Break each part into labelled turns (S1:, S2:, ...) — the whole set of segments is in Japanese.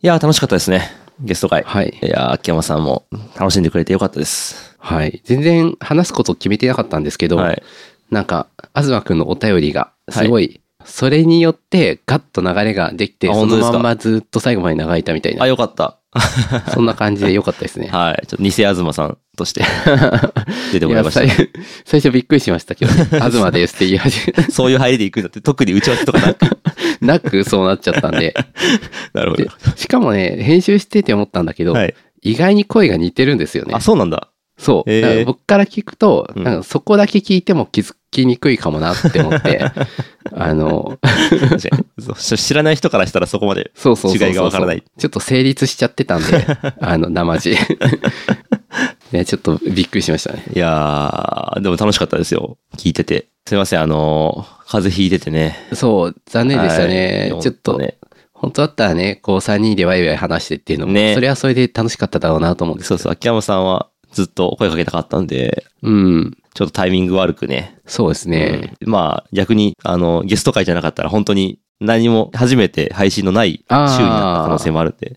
S1: いやー、楽しかったですね。ゲスト会。
S2: はい
S1: いやー、秋山さんも楽しんでくれてよかったです。
S2: はい。全然話すこと決めてなかったんですけど、
S1: はい
S2: なんか、東くんのお便りが、すごい、それによって、ガッと流れができて、
S1: あ
S2: そ
S1: 本当
S2: の
S1: ですか
S2: まんまずっと最後まで流れたみたい
S1: あ、
S2: な、
S1: よかった。
S2: そんな感じで良かったですね。
S1: はい。ちょっと偽東さんとして 出てもらいまし
S2: い
S1: た
S2: や。最最 初びっくりしましたけど、東ですって言い始め、
S1: そういう入りで行くんだって、特に打ち合わせとかなく。
S2: なくそうなっちゃったんで。
S1: なるほ
S2: でしかもね、編集してて思ったんだけど、
S1: ど。はい。
S2: 意外に声が似てるんですよね
S1: あ、。そうなんだ。
S2: そう。
S1: へー
S2: だから僕から聞くと、
S1: うん
S2: なんかそこだけ聞いても気づきにくいかもなって思って、 あ の、
S1: 確かにそうし知らない人からしたらそこまで。
S2: そうそうそうそう。
S1: 違いがわからない
S2: ちょっと成立しちゃってたん で、あの、生地。ね、ちょっとびっくりしましたね。
S1: いやー、でも楽しかったですよ。聞いてて。すいません、あのー風邪ひいててね。
S2: そう、残念でしたね。
S1: はい
S2: ちょっと、
S1: ね。
S2: 本当だったらね、こう3人でワイワイ話してっていうのも、
S1: ね
S2: それはそれで楽しかっただろうなと思うんです
S1: そうそう、秋山さんはずっと声かけたかったんで、
S2: うん。
S1: ちょっとタイミング悪くね、
S2: そうですね。
S1: うんまあ逆に、あの、ゲスト会じゃなかったら本当に何も初めて配信のない週になった可能性もあるんで。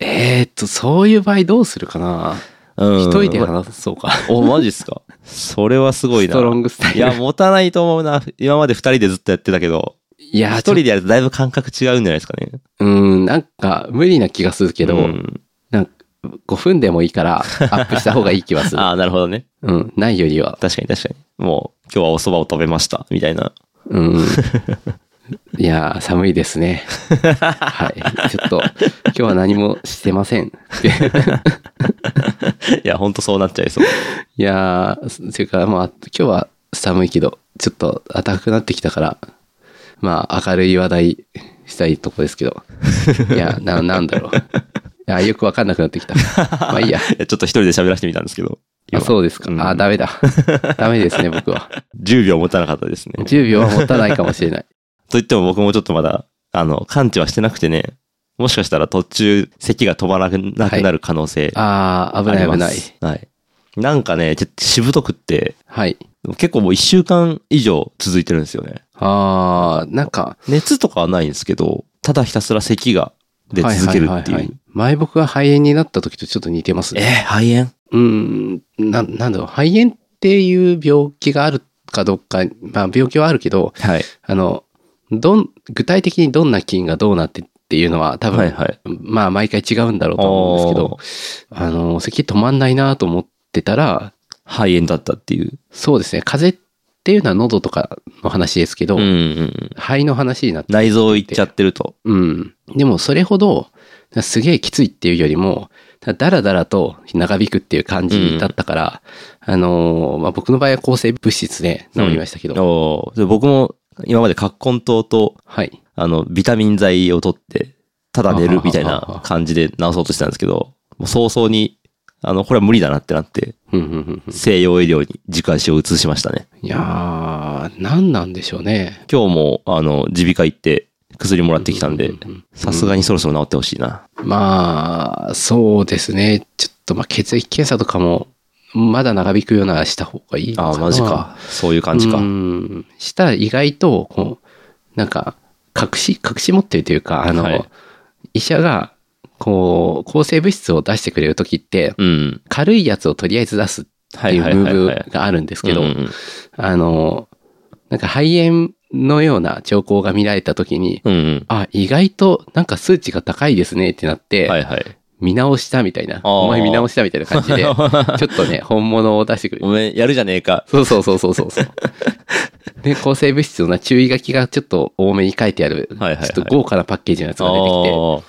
S2: えーっと、そういう場合どうするかな
S1: うん
S2: 一人で話そうか。
S1: お、マジっすか。 それはすごい
S2: ス
S1: な。
S2: トロングスタイル。
S1: いや、持たないと思うな。今まで二人でずっとやってたけど、
S2: いや
S1: 一
S2: ー
S1: 人でやるとだいぶ感覚違うんじゃないですかね。
S2: うん、なんか無理な気がするけど、
S1: うん
S2: なんか5分でもいいからアップした方がいい気はす る。
S1: ああ、なるほどね。
S2: うん、ないよりは。
S1: 確かに確かに。もう、今日はお蕎麦を食べました、みたいな。
S2: うん。いやー、寒いですね。はい。ちょっと、今日は何もしてません。
S1: いや、ほんとそうなっちゃいそう。
S2: いやー、ていうか、まあ、今日は寒いけど、ちょっと暖かくなってきたから、まあ、明るい話題したいとこですけど。いや、な、なんだろう。いや、よくわかんなくなってきた。まあいいや。
S1: いやちょっと一人で喋らせてみたんですけど。
S2: あそうですか。
S1: うん
S2: あ、ダメだ。ダメですね、僕は。
S1: 10秒持たなかったですね。と
S2: 10秒は持たないかもしれない。
S1: 言っても僕もちょっとまだ、あの、感知はしてなくてね、もしかしたら途中、咳が止まらなくなる可能性あ
S2: あー、危な
S1: り
S2: い危
S1: ま
S2: ない。
S1: す。はい。なんかね、ちょっとしぶとくって、
S2: はい。
S1: 結構もう1週間以上続いてるんですよね。
S2: あー、なんか、
S1: 熱とかはないんですけど、ただひたすら咳が出続けるってい
S2: はははは
S1: う。
S2: 前僕が肺炎になった時とちょっと似てます
S1: えー
S2: ね。
S1: 肺炎
S2: うん、な、なんだろう、肺炎っていう病気があるかどうか、まあ病気はあるけど、
S1: はい。
S2: あの、どん、具体的にどんな菌がどうなってっていうのは多分、
S1: はいはい。
S2: まあ毎回違うんだろうと思うんですけど、あの、咳止まんないなと思ってたら、
S1: 肺炎だったっていう。
S2: そうですね、風邪っていうのは喉とかの話ですけど、
S1: うんうんうん。
S2: 肺の話になって、
S1: 内臓いっちゃってると。
S2: うん。でもそれほど、すげえきついっていうよりも、だらだらと長引くっていう感じだったから、あのーまあ、僕の場合は抗生物質で治りましたけど、
S1: おーで僕も今まで葛根湯と、
S2: はい。
S1: あの、ビタミン剤を取って、ただ寝るみたい
S2: あははは
S1: な
S2: は
S1: 感じで治そうとしてたんですけど、もう早々に、あの、これは無理だなってなって、
S2: うんうんうんうん
S1: 西洋医療に軸足を移しましたね。
S2: いやー、何なんでしょうね。
S1: 今日も、あの、耳鼻科行って薬もらってきたんで
S2: う、ん
S1: さすがにそろそろ治ってほしいな。
S2: まあ、そうですね。ちょっと、まあ、血液検査とかも、まだ長引くようならした方がいいの
S1: あ
S2: か
S1: あ、
S2: な。
S1: マジか。そういう感じか
S2: う。ん。したら意外と、こう、なんか、隠し、隠し持ってるというか、あの、
S1: はい
S2: 医者が、こう、抗生物質を出してくれるときって、
S1: うん。
S2: 軽いやつをとりあえず出すっていうム
S1: はいはいはいはい
S2: ーブがあるんですけど
S1: うんう、ん
S2: あの、なんか肺炎のような兆候が見られたときに、
S1: うんうん。
S2: あ、意外となんか数値が高いですねってなって、
S1: はいはい。
S2: 見直したみたい
S1: あ
S2: な、
S1: ー
S2: お前見直したみたいな 感じで、ちょっとね、本物を出してくれる
S1: おめえやるじゃねえか。
S2: そうそうそうそうそ うそう。で、抗生物質のな注意書きがちょっと多めに書いてある、
S1: はいはいはい
S2: ちょっと豪華なパッケージのやつが出て
S1: あ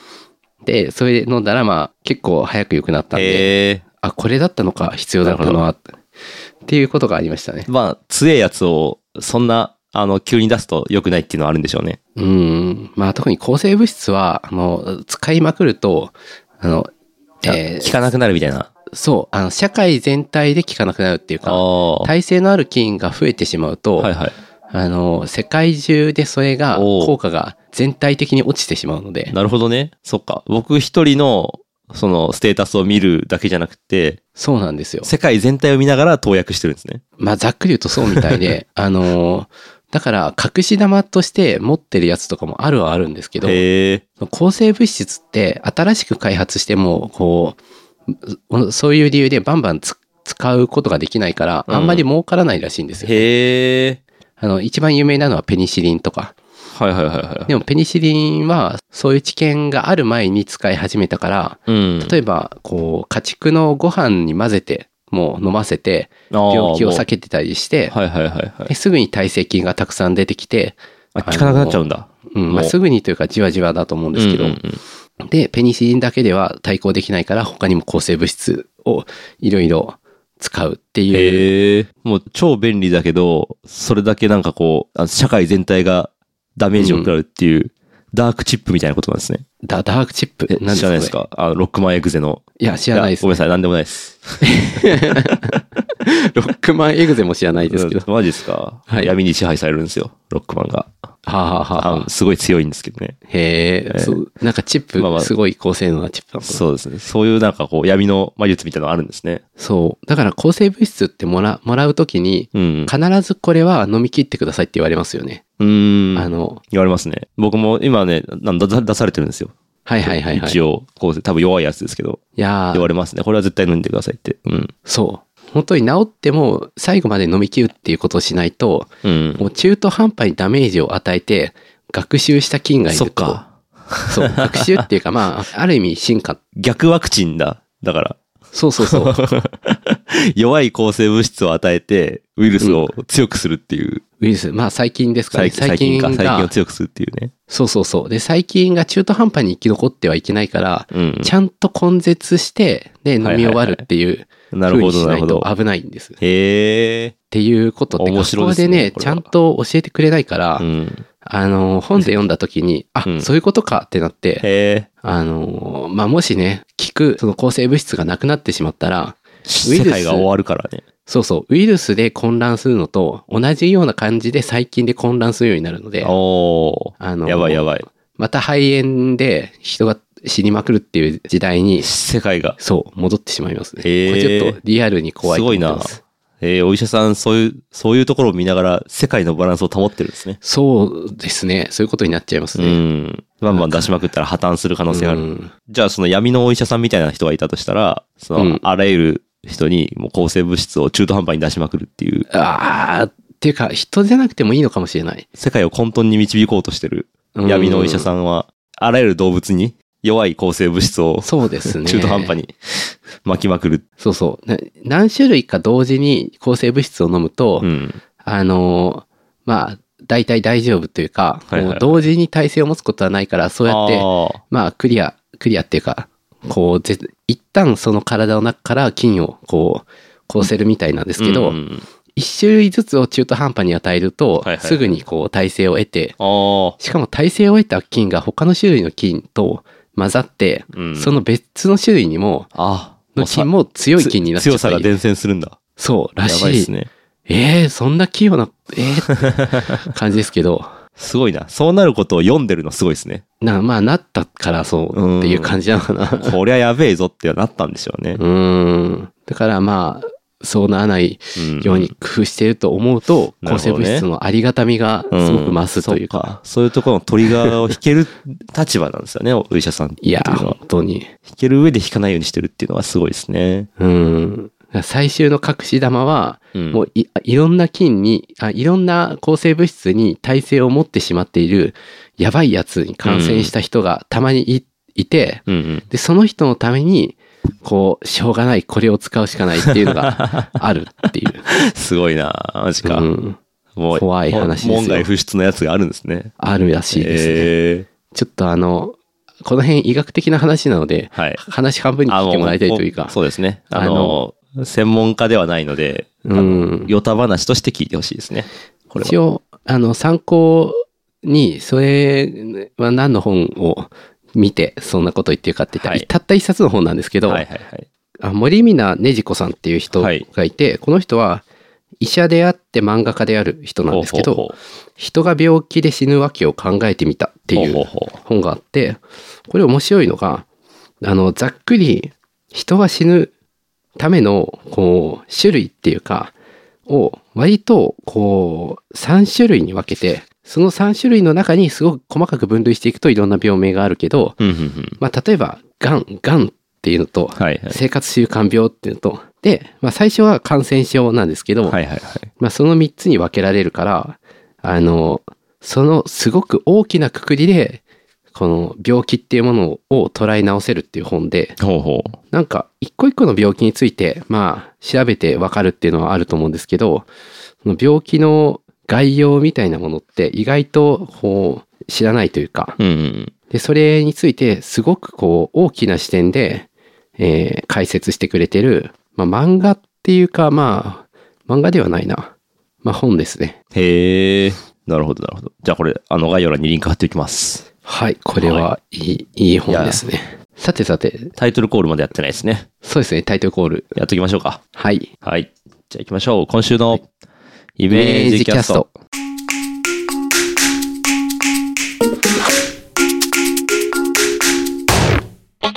S2: きて、で、それで飲んだら、まあ、結構早く良くなった
S1: ー
S2: んで、
S1: へえ。
S2: あ、これだったのか、必要だったのは、っていうことがありましたね。
S1: まあ、強いやつを、そんな、あの、急に出すと良くないっていうのはあるんでしょうね。
S2: うん。まあ、特に抗生物質は、あの、使いまくると、あの、えー
S1: 効かなくなるみたいな。
S2: そう、あの、社会全体で効かなくなるっていう
S1: あ
S2: か、
S1: あ。は
S2: 耐性のある菌が増えてしまうと、
S1: いはい。
S2: あの、世界中でそれが、
S1: おう
S2: 効果が全体的に落ちてしまうので、
S1: なるほどね。そっか。僕一人の、その、ステータスを見るだけじゃなくて、
S2: そうなんですよ。
S1: 世界全体を見ながら投薬してるんですね。
S2: まあ、ざっくり言うとそうみたいで、あのーだから、隠し玉として持ってるやつとかもあるはあるんですけど、
S1: へえ。
S2: 抗生物質って新しく開発しても、こう、そういう理由でバンバンつ使うことができないから、
S1: うん
S2: あんまり儲からないらしいんですよ。
S1: へえ。
S2: あの、一番有名なのはペニシリンとか。
S1: はいはいはいはい。
S2: でもペニシリンは、そういう知見がある前に使い始めたから、
S1: うん。
S2: 例えば、こう、家畜のご飯に混ぜて、もう飲ませて、病気を避
S1: け
S2: けてたりして、
S1: はいはいはいはい。
S2: ですぐに耐性菌がたくさん出てきて、
S1: あ、効かなくなっちゃうんだ。
S2: うんまあ、
S1: もう
S2: すぐにというかじわじわだと思うんですけど、
S1: うんうんうん
S2: で、ペニシリンだけでは対抗できないから他にも抗生物質をいろいろ使うっていう。
S1: へえ。もう超便利だけど、それだけなんかこう、あの社会全体がダメージを食らうっていう、ダークチップみたいなことなんですね。
S2: ダダークチップ。
S1: え
S2: 何
S1: 知らないです
S2: これ
S1: かあの、ロックマンエグゼの。
S2: いや、知らないで
S1: や
S2: す
S1: ご。めんなさい、なんでもないです。
S2: ロックマンエグゼも知らないですけど。
S1: マジですか、
S2: はい
S1: 闇に支配されるんですよ、ロックマンが。
S2: はあ、はあはあ
S1: あのすごい強いんですけどね。
S2: へえ、そう。なんかチップ、
S1: まあまあ
S2: すごい高性能なチップなのかな
S1: そうですね。そういうなんかこう、闇の魔術みたいなのあるんですね。
S2: そう。だから抗生物質ってもらもらうときに、
S1: うん。
S2: 必ずこれは飲み切ってくださいって言われますよね。
S1: うーん。
S2: あの、
S1: 言われますね。僕も今ね、なんだ出されてるんですよ。
S2: はいはいはいはい。
S1: 一
S2: い
S1: 応、こう、多分弱いやつですけど、
S2: やー
S1: 言われますね。これは絶対飲んでくださいって。うん。
S2: そう。本当に治っても最後まで飲み切るっていうことをしないと、
S1: うん。
S2: もう中途半端にダメージを与えて、学習した菌がいると。
S1: そっか。
S2: そう。学習っていうか、まあ、ある意味進化。
S1: 逆ワクチンだ。だから、
S2: そうそうそう。
S1: 弱い抗生物質を与えて、ウイルスを強くするっていう、
S2: ウイルス。まあ、細菌ですからね。
S1: 細
S2: 細
S1: 細菌
S2: 菌
S1: か、細菌を
S2: が、
S1: 強くするっていうね。
S2: そうそうそう。で、細菌が中途半端に生き残ってはいけないから、
S1: うん。
S2: ちゃんと根絶して、で、飲み終わるっていう
S1: なる
S2: 風
S1: ほ
S2: に
S1: ど、
S2: し
S1: な
S2: な
S1: る
S2: い
S1: ほど
S2: と。危ないんです。っ
S1: へえ。
S2: ていうことって、
S1: 面
S2: 学
S1: 白い
S2: 校
S1: です
S2: で
S1: ね
S2: ね、
S1: これは
S2: ちゃんと教えてくれないから、
S1: うん。
S2: あの、本で読んだ時に、あ、
S1: うん
S2: そういうことかってなって、
S1: へえ。
S2: あのーまあ、もしね、効く、その抗生物質がなくなってしまったら、ウイ
S1: 世
S2: ルス
S1: 界が終わるからね。
S2: そうそう、ウイルスで混乱するのと、同じような感じで細菌で混乱するようになるので、
S1: お
S2: あの
S1: ー。やばいやばい。
S2: また肺炎で人が死にまくるっていう時代に、
S1: 世界が。
S2: そう、戻ってしまいますね。こ
S1: へー
S2: れちょっとリアルに怖
S1: す
S2: いと思
S1: ご
S2: っ
S1: い
S2: て
S1: な
S2: ます。。
S1: えー、お医者さん、そういう、そういうところを見ながら、世界のバランスを保ってるんですね。
S2: そうですね。そういうことになっちゃいます
S1: う
S2: ね。
S1: ん。バンバン出しまくったら破綻する可能性があ
S2: う
S1: る。
S2: ん
S1: じゃあ、その闇のお医者さんみたいな人がいたとしたら、そうの
S2: ん、
S1: あらゆる人に、もう抗生物質を中途半端に出しまくるっていう、
S2: あーっていうか、人じゃなくてもいいのかもしれない。
S1: 世界を混沌に導こうとしてる
S2: うん
S1: 闇のお医者さんは、あらゆる動物に弱い抗生物質を
S2: そうですね。
S1: 中途半端に巻きまくる。
S2: そうそう。な何種類か同時に抗生物質を飲むと、
S1: うん。
S2: あのーまあ、大体大丈夫というか、
S1: はいはいはい
S2: もう同時に体勢を持つことはないから、そうやって、
S1: あ
S2: まあ、クリア、クリアっていうか、こう、ぜ一旦その体の中から菌を、こう、こうせるみたいなんです
S1: ー
S2: けど、
S1: うん
S2: 一種類ずつを中途半端に与えると、
S1: はいはい
S2: すぐにこう、体勢を得て、
S1: あー
S2: しかも体勢を得た菌が他の種類の菌と混ざって、
S1: うん
S2: その別の種類にも、
S1: あ。
S2: の菌も強い菌になっちゃ
S1: 強
S2: った
S1: さ
S2: り
S1: が伝染するんだ。
S2: そう、らし
S1: やばい
S2: い
S1: です。ね。
S2: えー、そんな器用な、えー、って感じですけど、
S1: すごいな。そうなることを読んでるのすごいですね。
S2: な、まあ、なったからそうっていう感じなのかな。
S1: こりゃやべえぞってなったんでしょうね
S2: う。ーん。だからまあ、そうならない
S1: うん
S2: ように工夫してると思うと、
S1: うん
S2: 抗生物質のありがたみがす
S1: うん
S2: ごく増すというか。
S1: そそういうところのトリガーを引ける立場なんですよね、お医者さんって
S2: い
S1: いう
S2: や、
S1: のは。
S2: 本当に。
S1: 引ける上で引かないようにしてるっていうのはすごいですね。
S2: うん。最終の隠し玉は、
S1: うん
S2: もういいろんな菌にあ、いろんな抗生物質に耐性を持ってしまっている、やばいやつに感染した人がたまにい,、いて、
S1: うんうん。
S2: で、その人のために、こう、しょうがない、これを使うしかないっていうの があるっていう。
S1: すごいな。マジか。
S2: うん、
S1: もう
S2: 怖い話ですよ
S1: もう門外不出のやつがあるんですね。
S2: あるらしいですね。
S1: え
S2: ちょっとあの、この辺医学的な話なので、
S1: はい
S2: 話半分に
S1: ー
S2: 聞いてもらいたいという
S1: あの
S2: か、
S1: そうですね。あ
S2: あ
S1: の、専門家ではないので、あ
S2: う
S1: の
S2: ん
S1: ヨタ話として聞いてほしいですね。これは
S2: 一応、あの、参考に、それは何の本を見て、そんなこと言ってるかって言ったら、
S1: はい
S2: たった一冊の本なんですけど、
S1: はいはいはい。
S2: あ森美奈ねじ子さんっていう人がいて、この人は医者であって漫画家である人なんですけど、
S1: ほうほうほ
S2: 人が病気で死ぬわけを考えてみたっていう
S1: ほうほうほ
S2: 本があって、これ面白いのが、あの、ざっくり人が死ぬための、こう、種類っていうか、を割とこう3種類に分けてその3種類の中にすごく細かく分類していくといろんな病名があるけど、
S1: うんうんうん。
S2: まあ、例えばがんがんっていうのと
S1: はいはい。
S2: 生活習慣病っていうのとで、まあ、最初は感染症なんですけど、
S1: はいはいはい。
S2: まあ、その3つに分けられるからあのそのすごく大きなくくりでこの病気っていうものを捉え直せるっていう本で
S1: ほうほう。
S2: なんか一個一個の病気についてまあ調べて分かるっていうのはあると思うんですけどその病気の概要みたいなものって意外とこう知らないというか
S1: うんうん。
S2: でそれについてすごくこう大きな視点で、えー解説してくれてる、まあ、漫画っていうかまあ漫画ではないな、まあ、本ですね
S1: へえ。なるほどなるほど。じゃあこれ、あの概要欄にリンク貼っておきます。
S2: はいこれはいい、い、い本ですねさてさて
S1: タイトルコールまでやってないですね。
S2: そうですねタイトルコール
S1: やっときましょうか。
S2: はい
S1: はい。じゃあ行きましょう。今週のイ
S2: イ
S1: メージキャスト。えー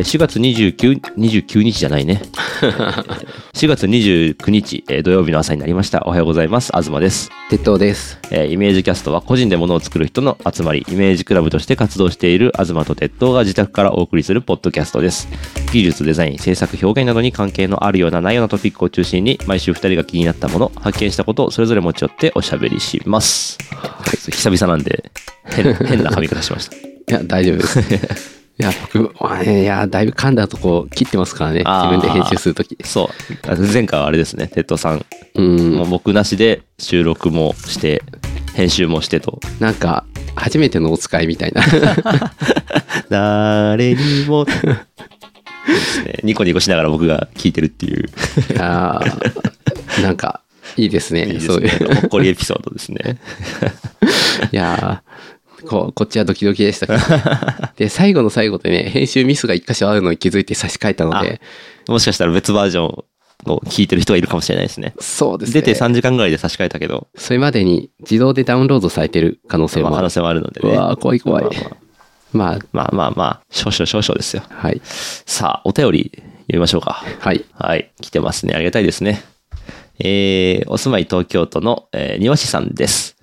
S1: 4月29、29日じゃないね。4月29日、えー土曜日の朝になりました。おはようございます。東です。
S2: 鉄塔です
S1: えーイメージキャストは個人で物を作る人の集まり、イメージクラブとして活動している東と鉄道が自宅からお送りするポッドキャストです。技術、デザイン、制作、表現などに関係のあるようなないようなトピックを中心に、毎週2人が気になったもの、発見したことをそれぞれ持ち寄っておしゃべりします。はい、久々なんで、変変な髪型しました。
S2: いや、大丈夫 です。いや、僕、あいや、だいぶ噛んだとこ切ってますからね。
S1: あ
S2: 自
S1: ー
S2: 分で編集するとき。
S1: そう。あの前回はあれですね、鉄道さん、
S2: うん
S1: もう。僕なしで収録もして、編集も してと。
S2: なんか、初めてのお使いみたいな。
S1: 誰にも。そうですね。ニコニコしながら僕が聞いてるって いう。
S2: あーなんか、いいですね。
S1: いいで
S2: そ
S1: す
S2: うい
S1: ね
S2: う。。
S1: ほっこりエピソードです ね。
S2: いやーこ、こっちはドキドキ でしたけど。で、最後の最後でね、編集ミスが一箇所あるのに気づいて差し替えたので、
S1: もしかしたら別バージョンを聞いてる人がいるかもしれないですね。
S2: そうですね。
S1: 出て3時間ぐらいで差し替えたけど、
S2: それまでに自動でダウンロードされてる可能性
S1: まあ
S2: も
S1: 可
S2: あ
S1: 能
S2: る。
S1: 性もあるので
S2: う
S1: ね。
S2: わー怖い怖い。まあ、
S1: まあまあまあ、少々少々ですよ。
S2: はい。
S1: さあ、お便り読みましょうか。
S2: はい。
S1: はい。来てますね。ありがたいですね。えー、お住まい東京都の、えー、庭師さんです。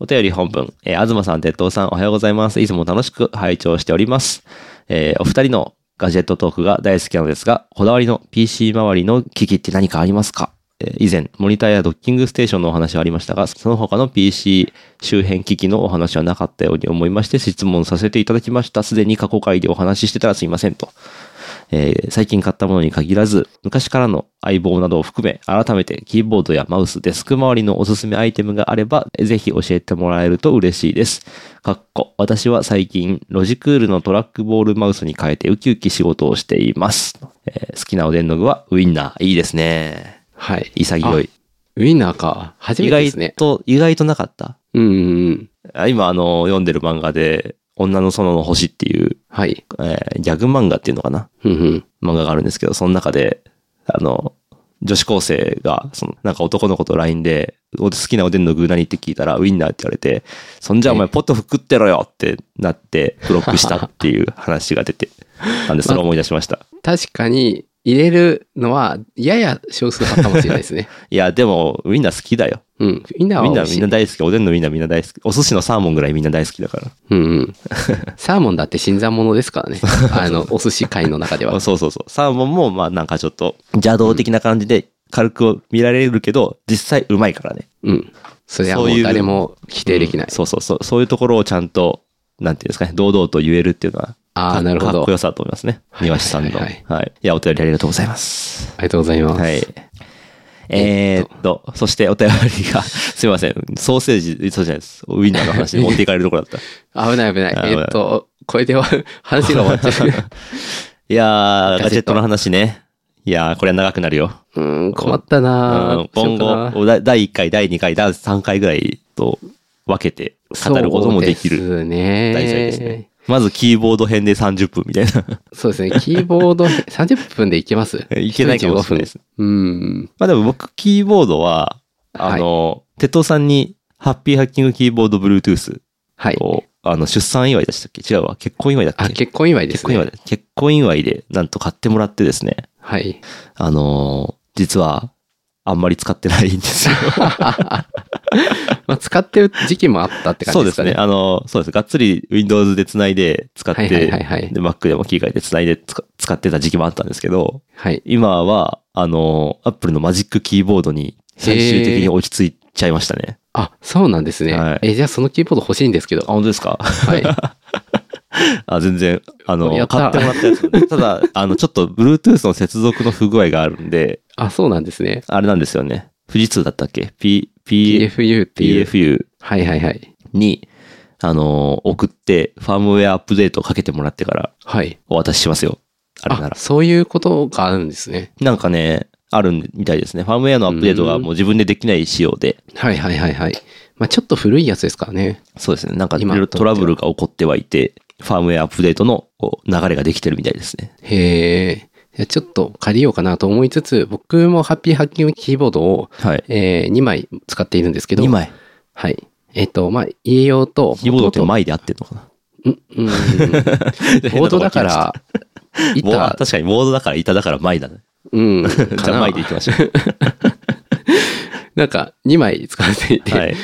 S1: お便り本文、えー、東さん、鉄道さん、おはようございます。いつも楽しく拝聴しております。えー、お二人のガジェットトークが大好きなのですが、こだわりの PC 周りの機器って何かありますかえー以前、モニターやドッキングステーションのお話はありましたが、その他の PC 周辺機器のお話はなかったように思いまして、質問させていただきました。すでに過去回でお話ししてたらすいませんと。えー最近買ったものに限らず、昔からの相棒などを含め、改めてキーボードやマウス、デスク周りのおすすめアイテムがあれば、ぜひ教えてもらえると嬉しいです。かっこ、私は最近、ロジクールのトラックボールマウスに変えてウキウキ仕事をしています。えー好きなおでんの具はウインナー。いいですね。
S2: はい。
S1: 潔い。
S2: ウィンナーか。初
S1: 意
S2: めてで
S1: 外
S2: すね。
S1: と、意外となかった
S2: うんうんうん。
S1: あ今、あの、読んでる漫画で、女の園の星っていう、
S2: はい。
S1: えーギャグ漫画っていうのかな
S2: うんうん。
S1: 漫画があるんですけど、その中で、あの、女子高生が、その、なんか男の子と LINE で、お好きなおでんの具何って聞いたら、ウインナーって言われて、そんじゃお前ポットフ食ってろよってなって、ブロックしたっていう話が出て、なんでそれを思い出しました。
S2: 確かに、入れるのは、やや少数派かもしれないですね。
S1: いや、でも、ウインナー好きだよ。
S2: うん。みんなは
S1: みん
S2: 美
S1: な
S2: 味し
S1: み
S2: い
S1: んな大好き。おでんのみんなみんな大好き。お寿司のサーモンぐらいみんな大好きだか
S2: うんうん。サーモンだって新参者ですからね。あの、お寿司界の中で
S1: ら。
S2: は。
S1: そうそうそう。サーモンも、まあなんかちょっと邪道的な感じで軽く見られるけど、実際うまいからね。
S2: うん。それは
S1: そ
S2: も
S1: ういうう
S2: 誰も否定できない。
S1: うんそうそうそう。そういうところをちゃんと、なんていうんですかね、堂々と言えるっていうのは、
S2: あ
S1: か
S2: あ、なるほ
S1: かっ
S2: ど。
S1: こ
S2: あ
S1: よさだと思いますね。
S2: はい
S1: 庭師さんの。
S2: は
S1: はい
S2: はい
S1: い。いや、お便りありがとうございます。
S2: りがとうございます。
S1: はい。えーっと、そしてお便りが、 すいません。ソーセージ、そうじゃないです。ウインナーの話に持っていかれるところだ った。
S2: 危ない危ない。
S1: あ危
S2: え
S1: ない
S2: っと、これでは話が終わっちゃ
S1: いやー、
S2: ガ
S1: ガ
S2: ジ
S1: ジ
S2: ェ
S1: ェ
S2: ッ
S1: ッ
S2: ト
S1: トの話ね。いやー、これは長くなるよ。
S2: う。うん、困ったな
S1: う
S2: ぁ
S1: ん今後、おだ第1回、第2回、第3回ぐらいと分けて語ることもでき
S2: そう
S1: る
S2: ですね。
S1: 題材ですね。まずキーボード編で30分みたいな。
S2: そうですね。キーボード30分でいけます
S1: いけないかもしれないです。
S2: うん。
S1: まあでも僕、キーボードは、あの、鉄道さんに、ハッピーハッキングキーボード Bluetooth
S2: はい。
S1: を、あの、出産祝いでしたっけ違うわ。結婚祝いだっ
S2: あ、
S1: け
S2: 結婚祝いで
S1: 結
S2: す
S1: 婚祝い
S2: ね。
S1: だ。結婚祝いで、なんと買ってもらってですね、
S2: はい。
S1: あの、実は、あんまり使ってないんですよ。
S2: まあ、使ってる時期もあったって感
S1: そう
S2: じ
S1: で
S2: ですすか
S1: ね。
S2: ね。
S1: あの、そうです。がっつり Windows で繋いで使って、
S2: はいはいはいはい
S1: で、Mac でも切り替えて繋いでつか使ってた時期もあったんですけど、
S2: はい。
S1: 今は、あの、Apple のマジックキーボードに最終的に落ち着いちゃいましたね。
S2: あ、そうなんですね。
S1: はい
S2: え、じゃあそのキーボード欲しいんですけど。
S1: あ、 本当ですか
S2: はい。
S1: あ、全然、あの
S2: や、っ
S1: 買
S2: た
S1: ってもらったやつなん で。ただ、あの、ちょっと Bluetooth の接続の不具合があるんで、
S2: あ、そうなんですね。
S1: あれなんですよね。富士通だったっけ ?P、P、
S2: PFU っていう。
S1: PFU
S2: はいはいはい。
S1: に、あの、送って、ファームウェアアップデートをかけてもらってから
S2: はい。
S1: お渡ししますよ。あれな
S2: あ、
S1: ら。
S2: そういうことがあるんですね。
S1: なんかね、あるみたいですね。ファームウェアのアップデートがもう自分でできない仕様で、
S2: はいはいはいはい。まあ、ちょっと古いやつですからね。
S1: そうですね。なんかいろ
S2: 今
S1: いろトラブルが起こってはいて、ファームウェアアップデートのこう流れができてるみたいですね。
S2: へえ。いやちょっと借りようかなと思いつつ、僕もハッピーハッキングキーボードを、
S1: はい。
S2: え2枚使っているんですけど。
S1: 2。枚。
S2: はい。えっ、と、まあ、家用と、
S1: キーボードって前で合ってるのかな
S2: うんうんうん うんボードだか。ら、
S1: 変なとこ来ましたボード
S2: 板、
S1: 確かにボードだから板だから前だね。
S2: う ん、
S1: じゃあ
S2: か
S1: 前
S2: な
S1: で。いきましょう。
S2: なんか、2枚使っていて、
S1: はい。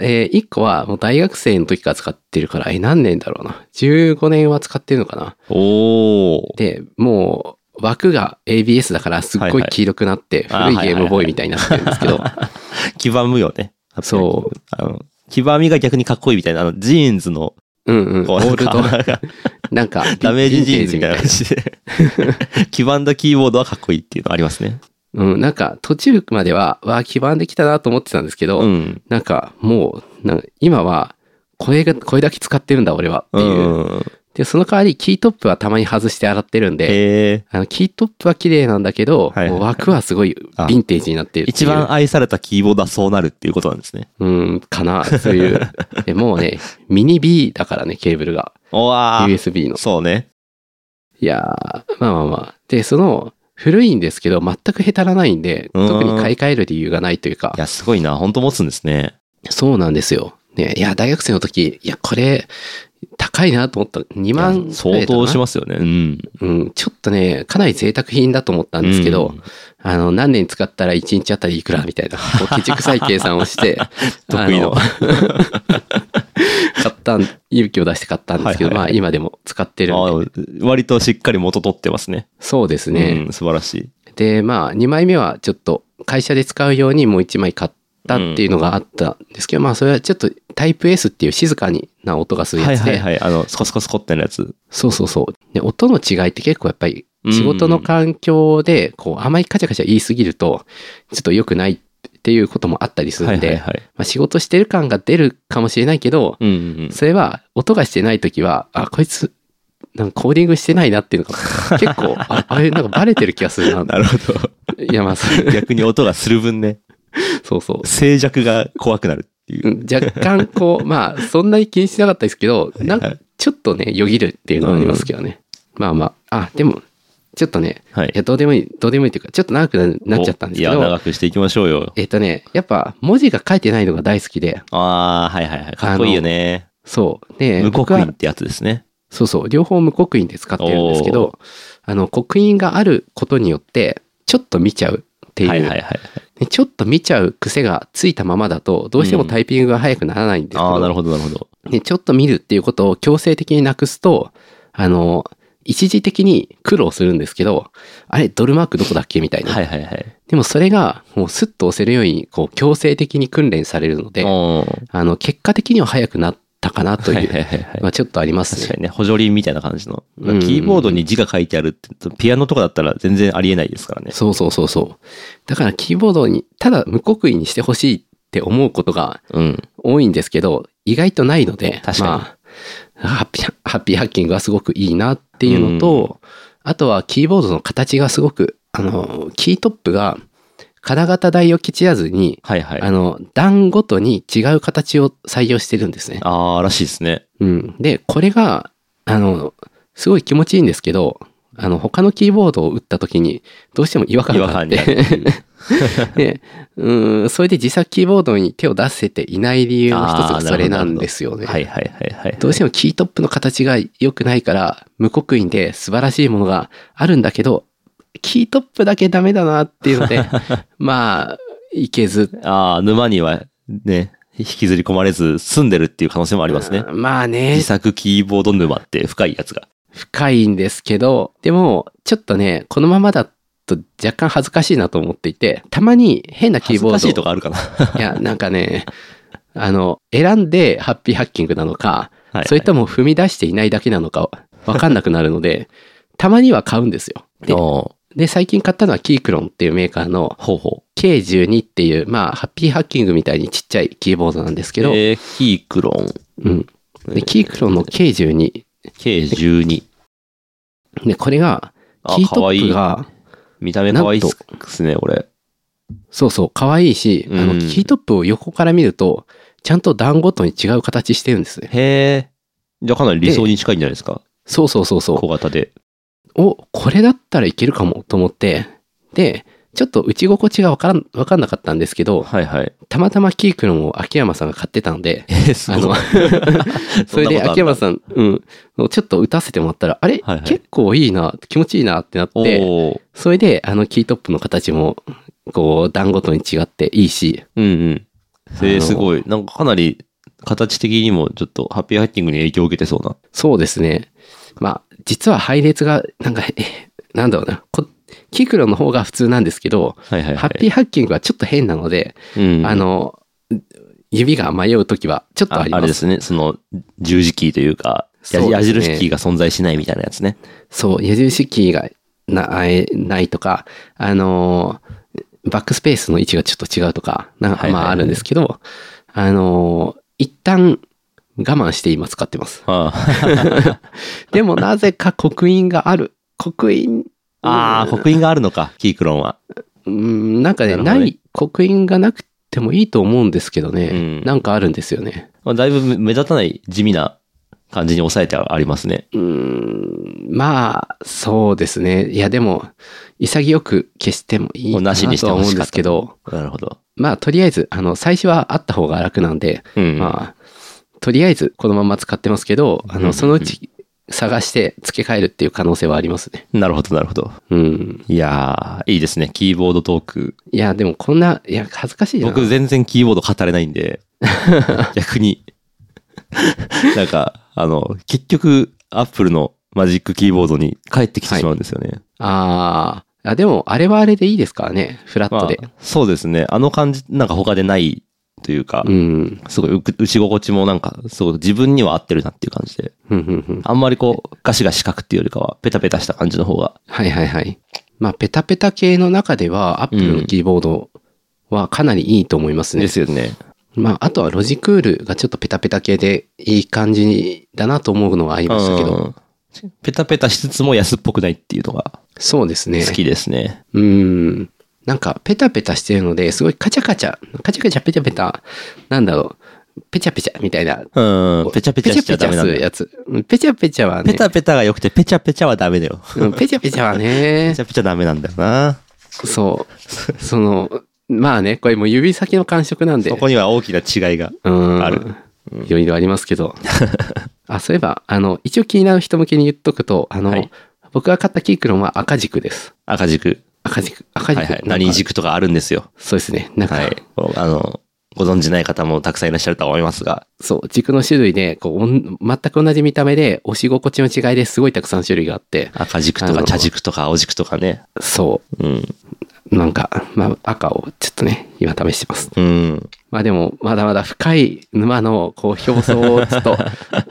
S2: え1個はもう大学生の時から使ってるから、え、何年だろうな。15年は使ってるのかな。
S1: おー。
S2: で、もう、枠が ABS だからすっ
S1: はい
S2: ごい
S1: はい
S2: 黄色くなって、
S1: あー
S2: 古いゲームボーイみたいになってるんです けど、
S1: 黄ばむよね。。
S2: そう
S1: あの、黄ばみが逆にかっこいいみたいな、あの、ジーンズの、
S2: うんうん、
S1: こ
S2: オ
S1: う、な
S2: ー
S1: ん
S2: ル
S1: か
S2: ド、
S1: なんか
S2: なんか、
S1: ダメージジーン
S2: ヴィンテー
S1: ズみたいな感じで。黄ばんだキーボードはかっこいいっていうのありますね。
S2: うん、なんか、途中までは、わあ、基盤できたなと思ってたんですけど、
S1: ん。
S2: なんか、もう、なんか今は、声が、声だけ使ってるんだ、俺は、って
S1: う
S2: いう。
S1: ん。
S2: で、その代わりキートップはたまに外して洗ってるんで、
S1: へえ。
S2: あのキートップは綺麗なんだけど、
S1: はいはい
S2: もう枠はすごい
S1: あ
S2: ヴィンテージになってるってい
S1: 一
S2: う。
S1: 番愛されたキーボードはそうなるっていうことなんですね。
S2: うん、かな、そ ういう。でもうね、ミニ B だからね、ケーブルが。
S1: おわー。
S2: USB の。
S1: そうね。
S2: いやー、まあまあまあ。で、その、古いんですけど、全くへたらないんで、
S1: うん
S2: 特に買い替える理由がないというか
S1: い、や、すごいな。本当持つんですね。
S2: そうなんですよ。ね、いや、大学生の時、いや、これ、高いなと思った。2
S1: い
S2: 万
S1: や相当し
S2: ま
S1: ますよね。うん。
S2: うん、ちょっとね、かなり贅沢品だと思ったんですけど、
S1: うん、
S2: あの、何年使ったら1日あたりいくらみたいな、こうケチくさい計算をして
S1: 得意の
S2: あ。買ったん、勇気を出して買ったんですけど、
S1: はいはい
S2: まあ今でも使ってる
S1: あ
S2: んで。
S1: ー割としっかり元取ってますね。
S2: そうですね、
S1: うん、素晴らしい。
S2: で、まあ2枚目はちょっと会社で使うようにもう1枚買ったっていうのがあったんですけど、まあそれはちょっとタイプ S っていう静かな音がする
S1: は
S2: や
S1: い
S2: つで、
S1: はいはい。あの、スコスコスコってなやつ。
S2: そうそうそう。で音の違いって結構やっぱり仕事の環境で、こう、あまりカチャカチャ言いすぎると、ちょっと良くないっていうこともあったりす
S1: は
S2: る
S1: い
S2: ん
S1: は
S2: で、
S1: いはい。
S2: まあ、仕事してる感が出るかもしれないけど、
S1: うんうんうん。
S2: それは音がしてないときは、あ、こいつ、なんかコーディングしてないなっていうのが、結構、ああれ、なんかバレてる気がする な。
S1: なるほど。
S2: いや、まあ、そ
S1: 逆に音がする分ね、
S2: そうそう。
S1: 静寂が怖くなるっていうう。
S2: ん若干こう、まあ、そんなに気にしなかったですけど、なんか、ちょっとね、よぎるっていうのはありますけどね。まあまあ、あ、でも、ちょっとね、
S1: はい
S2: いや、。どうでもいい、どうでもいいっていうか、ちょっと長くななっちゃったんですけ
S1: おいや、
S2: ど、
S1: 長くしていきましょうよ。
S2: えっとね、やっぱ文字が書いてないのが大好きで、
S1: ああ、はいはいはい。かっこいいよね。
S2: そう。で、
S1: 無
S2: 僕
S1: 刻印
S2: は
S1: っ、てやつですね。
S2: そうそう、両方無刻印で使ってるんですけど、あの、刻印があることによって、ちょっと見ちゃうっていう、
S1: はいはいはい。
S2: でちょっと見ちゃう癖がついたままだと、どうしてもタイピングが速くならないんですけ
S1: ああ、
S2: ど、
S1: なるほどなるほど。
S2: でちょっと見るっていうことを強制的になくすと、あの、一時的に苦労するんですけど、あれ、ドルマークどこだっけみたいな。
S1: はいはいはい。
S2: でもそれが、もうスッと押せるように、こう、強制的に訓練されるので、
S1: おー
S2: あの、結果的には早くなったかなという、
S1: はいはいはいはい
S2: まあちょっとあります
S1: 確か
S2: ね。
S1: にね、補助輪みたいな感じの。キ
S2: うん
S1: ーボードに字が書いてあるって、ピアノとかだったら全然ありえないですからね。
S2: そうそうそうそう。だからキーボードに、ただ無刻印にしてほしいって思うことが
S1: うん。
S2: 多いんですけど、意外とないので、
S1: 確かに
S2: まあ、ハッピー、ハッピーハッキングはすごくいいなっていうのと、あとはキーボードの形がすごく、あの、キートップが、金型台を切ちやずに、
S1: はいはい。
S2: あ
S1: あ
S2: の、段ごとに違う形を採用してるんですね。
S1: あー、らしいですね。
S2: うん。で、これが、あの、すごい気持ちいいんですけど、あの、他のキーボードを打った時に、どうしても違和感
S1: 違和
S2: があ
S1: 感
S2: っ
S1: にな、
S2: て
S1: るっていう。
S2: で、うん、それで自作キーボードに手を出せていない理由の一つ
S1: あー
S2: がそれなんですよね。
S1: はいはいはいはい。
S2: どうしてもキートップの形が良くないから、無刻印で素晴らしいもの があるんだけど、キートップだけダメだなっていうので、まあ、行けず。
S1: ああ、沼にはね、引きずり込まれず住んでるっていう可能性もありますね。
S2: あーまあね
S1: 自、作キーボード沼って深いやつが。
S2: 深いんですけど、でも、ちょっとね、このままだと若干恥ずかしいなと思っていて、たまに変なキ
S1: 恥
S2: ー
S1: ず
S2: ボード。
S1: かしいとかあるかな。
S2: いや、なんかね、あの、選んでハッピーハッキングなのか、
S1: はい
S2: それとも踏み出していないだけなのかわかんなくなるので、たまには買うんですよ。で
S1: おー
S2: で、最近買ったのはキークロンっていうメーカーの
S1: ほうほう。
S2: K12 っていう、まあ、ハッピーハッキングみたいにちっちゃいキーボードなんですけど、
S1: えー、キークロン
S2: うん。で、キークロンの K12。
S1: K12。
S2: で、これが、
S1: あ
S2: キートップ
S1: か
S2: が、
S1: 見た目可愛いですね、これ。
S2: そうそう、可愛いし、あの
S1: うん、
S2: キートップを横から見ると、ちゃんと段ごとに違う形してるんですね。
S1: へえ。じゃあかなり理想に近いんじゃないですか。
S2: そうそうそうそう。
S1: 小型で。
S2: お、これだったらいけるかもと思って、で、ちょっと打ち心地がわからん、わかんなかったんですけど、
S1: はいはい。
S2: たまたまキークロンを秋山さんが買ってたので、
S1: えー、す
S2: あ
S1: ご
S2: の
S1: い。、
S2: それで秋山さん、うん、ちょっと打たせてもらったら、あれ、
S1: はいはい
S2: 結構いいな、気持ちいいなってなっ
S1: お
S2: て、
S1: お。
S2: それで、あの、キートップの形も、こう、段ごとに違っていいし、
S1: うんうん。え
S2: あ
S1: ー、
S2: の
S1: すごい。なんかかなり形的にもちょっとハッピーハッキングに影響を受けてそうな。
S2: そうですね。まあ、実は配列が、なんか、え、なんだろうな、こキークロンの方が普通なんですけど、
S1: はいはいはい。
S2: ハッピーハッキングはちょっと変なので、
S1: うん、
S2: あの、指が迷うときはちょっと
S1: あ
S2: あり
S1: あれ
S2: ま。
S1: ですすね。その、十字キーというか、
S2: そう
S1: 矢
S2: ですね
S1: 矢印キーが存在しないみたいなやつね。
S2: そう、矢印キーがなあえないとか、あのー、バックスペースの位置がちょっと違うとか、なん
S1: は
S2: か
S1: いはいはい
S2: まああるんですけど、あのー、一旦我慢して今使ってます。
S1: あ
S2: でもなぜか刻印がある。刻印、
S1: あ、あー刻印があるのか、キークロンは。
S2: うん、なんか
S1: な
S2: ね、
S1: るほど
S2: な
S1: ね
S2: い、刻印がなくてもいいと思うんですけどね、
S1: うん
S2: なんかあるんですよね。
S1: まあ、だいぶ目立たない地味な感じに抑えてありますね。
S2: うん、まあ、そうですね。いや、でも、潔く消してもいい
S1: も
S2: か
S1: うな
S2: な
S1: しにして
S2: とは
S1: ほ
S2: 思う
S1: し
S2: ん
S1: か
S2: で
S1: っ
S2: す
S1: た
S2: けど、
S1: なるほど。
S2: まあ、とりあえず、あの、最初はあった方が楽なんで、
S1: うん。
S2: まあ、とりあえず、このまま使ってますけど、あ
S1: うん
S2: の、そのうち探して付け替えるっていう可能性はありますね。
S1: なるほど、なるほど。
S2: うん。
S1: いやー、いいですね。キーボードトーク。
S2: いや、でもこんな、いや、恥ずかしいな。
S1: 僕全然キーボード語れないん で、逆に。 なんか、あの、結局、アップルのマジックキーボードに帰ってきてしまうんですよね。
S2: あーあ、でも、あれはあれでいいですからね、フラッ
S1: ま
S2: ト
S1: あ
S2: で。、
S1: そうですね。あの感じ、なんか他でないというか、
S2: うん。
S1: すごい打打ち心地もなんか、すごい自分には合ってるなっていう感じで、
S2: ふんふんふん。
S1: あんまりこう、ガシガシ書くっていうよりかは、ペタペタした感じの方が、
S2: はいはいはい。まあ、ペタペタ系の中では、アップルのキーボードはかなりいいと思いますね
S1: で。すよね。
S2: まあ、あとはロジクールがちょっとペタペタ系でいい感じだなと思うのはありましたけど、
S1: うんペタペタしつつも安っぽくないっていうのが
S2: そうですね。
S1: 好きですね。
S2: うん。なんか、ペタペタしてるので、すごいカチャカチャ、カチャカチャペチャペタ、なんだろう、ペチャペチャみたいな。
S1: うん、ペチャペチャしちゃダメなん
S2: ペ
S1: だ
S2: チャ
S1: よ。
S2: ペチャするやつ。うんペチャペチャはね、
S1: ペタペタが良くて、ペチャペチャはダメだよ。
S2: うんペチャペチャは
S1: ペ
S2: ね
S1: チ、ャペチャダメなんだよな。
S2: そう。その、まあね、これもう指先の感触なんで。
S1: そこには大きな違いが。
S2: うん。
S1: ある。
S2: いろいろありますけど。 あ、そういえば、あの、一応気になる人向けに言っとくと、あの、
S1: はい
S2: 僕が買ったキークロンは赤軸です。
S1: 赤軸。
S2: 赤軸。赤
S1: はいはい。
S2: 軸。なんか
S1: 何軸とかあるんですよ。
S2: そうですね。なんか、
S1: はい。あの、ご存知ない方もたくさんいらっしゃるとは思いますが。
S2: そう、軸の種類で、こう、おん全く同じ見た目で、押し心地の違いですごいたくさん種類があって、
S1: 赤軸と
S2: あ
S1: か
S2: の
S1: 茶軸とか青軸とかね。
S2: そ
S1: うん。
S2: う、なんか、まあ、赤をちょっとね、今試してます。
S1: うん。
S2: まあでも、まだまだ深い沼の、こう、表層をちょ っと、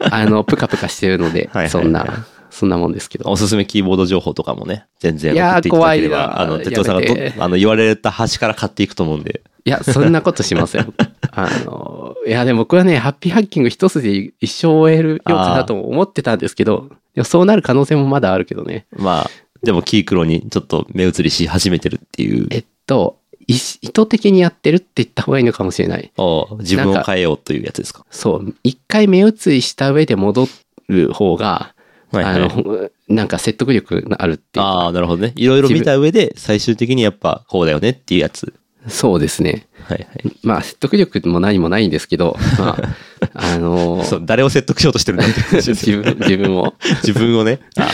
S2: あの、ぷかぷかしてるので
S1: はいはいは、い
S2: そんな、そんなもんですけど。
S1: おすすめキーボード情報とかもね、全然
S2: いやー
S1: 送っていただければ、
S2: 怖いなー
S1: あの、哲夫さんが
S2: や
S1: と
S2: めて
S1: あの言われた端から買っていくと思うんで。
S2: いや、そんなことしま せん。あの、いや、でも僕はね、ハッピーハッキング一筋一生終えるようかなと思ってたんですけど、でもそうなる可能性もまだあるけどね。
S1: まあ、でもキークロにちょっと目移りし始めてるっていう。
S2: えっと、い意図的にやってるって言った方がいいのかもしれない。
S1: おう自分を変えようというやつですか。
S2: そう、一回目移りした上で戻る方が、
S1: はいはい
S2: あのほ、なんか説得力があるっていう。
S1: ああ、なるほどね。いろいろ見た上で、最終的にやっぱこうだよねっていうやつ。
S2: そうですね。
S1: はいはい。
S2: まあ、説得力も何もないんですけど、ま あ、あの、
S1: そう、誰を説得しようとしてるんだって いう話です
S2: 自
S1: よ
S2: 分、自分を。
S1: 自分をね。あ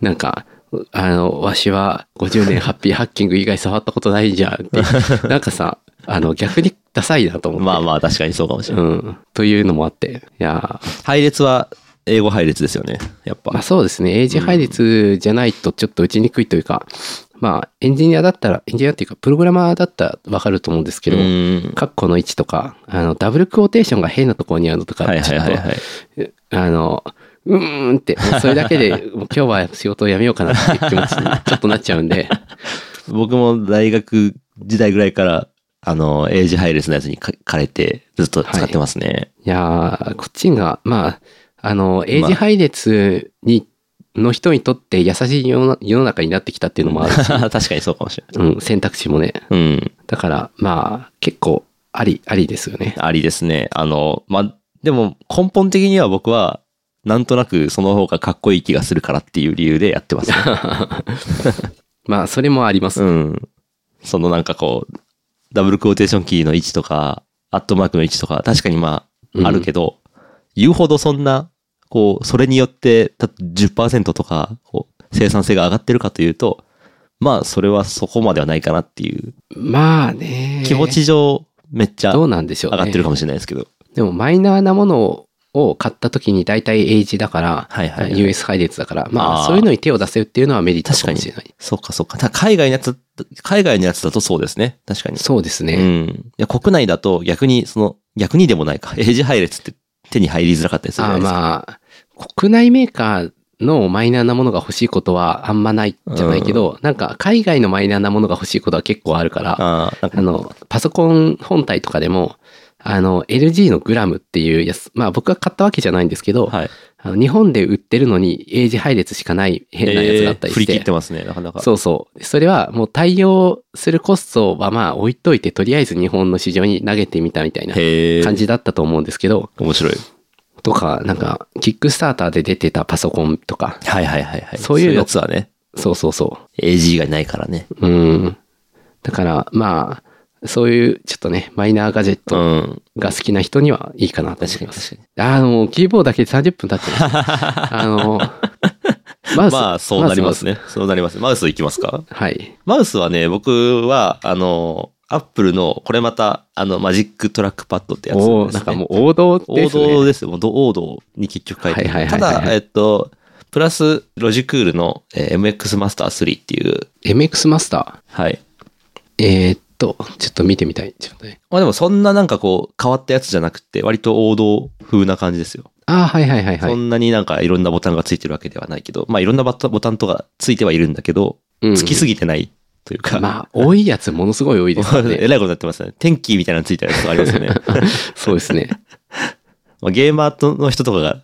S2: なんか、あの、わしは50年ハッピーハッキング以外触ったことないじゃんって、なんかさ、 あの、逆にダサいなと思って。
S1: まあまあ、確かにそうかもしれない。
S2: うん。というのもあって。いやー
S1: 配列は、英語配列ですよね。やっぱ。
S2: まあそうですね。英字配列じゃないとちょっと打ちにくいというか、まあエンジニアだったら、エンジニアっていうか、プログラマーだったらわかると思うんですけ
S1: う
S2: ど、
S1: ん。
S2: カッコの位置とか、あの、ダブルクオーテーションが変なところにあるのとか、
S1: はいはいはいはい。
S2: ちょっとあの、うーんって、もうそれだけで、もう今日は仕事を辞めようかなっていう気持ちにちょっとなっちゃうんで、
S1: 僕も大学時代ぐらいから、あの、英字配列のやつにか変えて、ずっと使ってますね。
S2: いやー、こっちが、まあ、あの、英字配列に、の人にとって優しい世の世の中になってきたっていうのも あるし、
S1: 確かにそうかもしれ
S2: うん、選択肢もね。
S1: ない。うん。
S2: だから、まあ、結構、あり、ありですよね。
S1: ありですね。あの、まあ、でも根本的には僕は、なんとなくその方がかっこいい気がするからっていう理由でやってます、 ね。
S2: まあ、それもあります。
S1: うん。そのなんかこう、ダブルクオーテーションキーの位置とか、アットマークの位置とか、確かにま
S2: うん
S1: あ、あるけど、言うほどそんな、こう、それによって、た10%とか、こう、生産性が上がってるかというと、まあ、それはそこまではないかなっていう、
S2: まあね。
S1: 気持ち上、めっちゃ
S2: どう
S1: 上
S2: なんでしょうね。
S1: がってるかもしれないですけど。
S2: でも、マイナーなものを買った時に大体英字だから、
S1: はいはいはい
S2: US 配列だから、ま
S1: あ
S2: あ、
S1: ー
S2: そういうのに手を出せるっていうのはメリット
S1: 確
S2: か
S1: か
S2: も
S1: に
S2: しれない。。
S1: そうかそうか。ただ海外のやつ、海外のやつだとそうですね。確かに。
S2: そうです
S1: う
S2: ね。
S1: ん。いや、国内だと逆に、その、逆にでもないか。 エイジ配列って手に入りづらかったりするじゃな
S2: あー
S1: いですか。
S2: まあ、国内メーカーのマイナーなものが欲しいことはあんまないじゃないけど、なんか海外のマイナーなものが欲しいことは結構あるから、
S1: ああ、なんか
S2: あの、パソコン本体とかでも、あの、LG のグラムっていうやつ、まあ僕が買ったわけじゃないんですけど、
S1: はい。
S2: あの日本で売ってるのに英字配列しかない変なやつがあったり
S1: えー振
S2: し
S1: り
S2: て、
S1: 切ってますね、なかなか。
S2: そうそう。それはもう対応するコストはまあ置いといて、とりあえず日本の市場に投げてみたみたいな
S1: へえ。
S2: 感じだったと思うんですけど、
S1: 面白い。
S2: とか、なんか、キックスターターで出てたパソコンとか、
S1: はいはいはいはい。
S2: そういう
S1: やつはね、
S2: そうそうそ
S1: エイジ以外ないからね。
S2: う。うん。だから、まあ、そういうちょっとね、マイナーガジェッ
S1: う
S2: ト
S1: ん。
S2: が好きな人にはいいかなと思
S1: 確かに
S2: います。
S1: 確かに。
S2: あの、キーボードだけで30分経ってます。あの、マウ ス。
S1: まあ、そうなります
S2: ね。
S1: ね。そうなります。マウスいきますか
S2: はい。
S1: マウスはね、僕は、あの、アップルの、これまた、あの、マジックトラックパッドってやつです、ね。
S2: おーなんかもう王道で
S1: 王
S2: すね。
S1: 道ですよ。もうど王道に結局書いて
S2: はい
S1: る。た
S2: はいはいはい
S1: だ、えっと、プラス、ロジクールのえー MX マスター3っていう、
S2: MX マスタ
S1: はい。
S2: ー。えーっと、ちょっと見てみたい。ちょっとね。
S1: まあでもそんななんかこう変わったやつじゃなくて割と王道風な感じですよ。
S2: あーはいはいはいは
S1: そ
S2: い。
S1: んなになんかいろんなボタンがついてるわけではないけど、まあいろんなボタンボタンとかついてはいるんだけど、
S2: うん
S1: つきすぎてないというか、
S2: まあ、多いやつものすごい多いですよ
S1: え
S2: ね。
S1: らいことになってますね。天気みたいなのついてるやつとかありますよね。
S2: そうですね。
S1: まあゲーマーの人とかが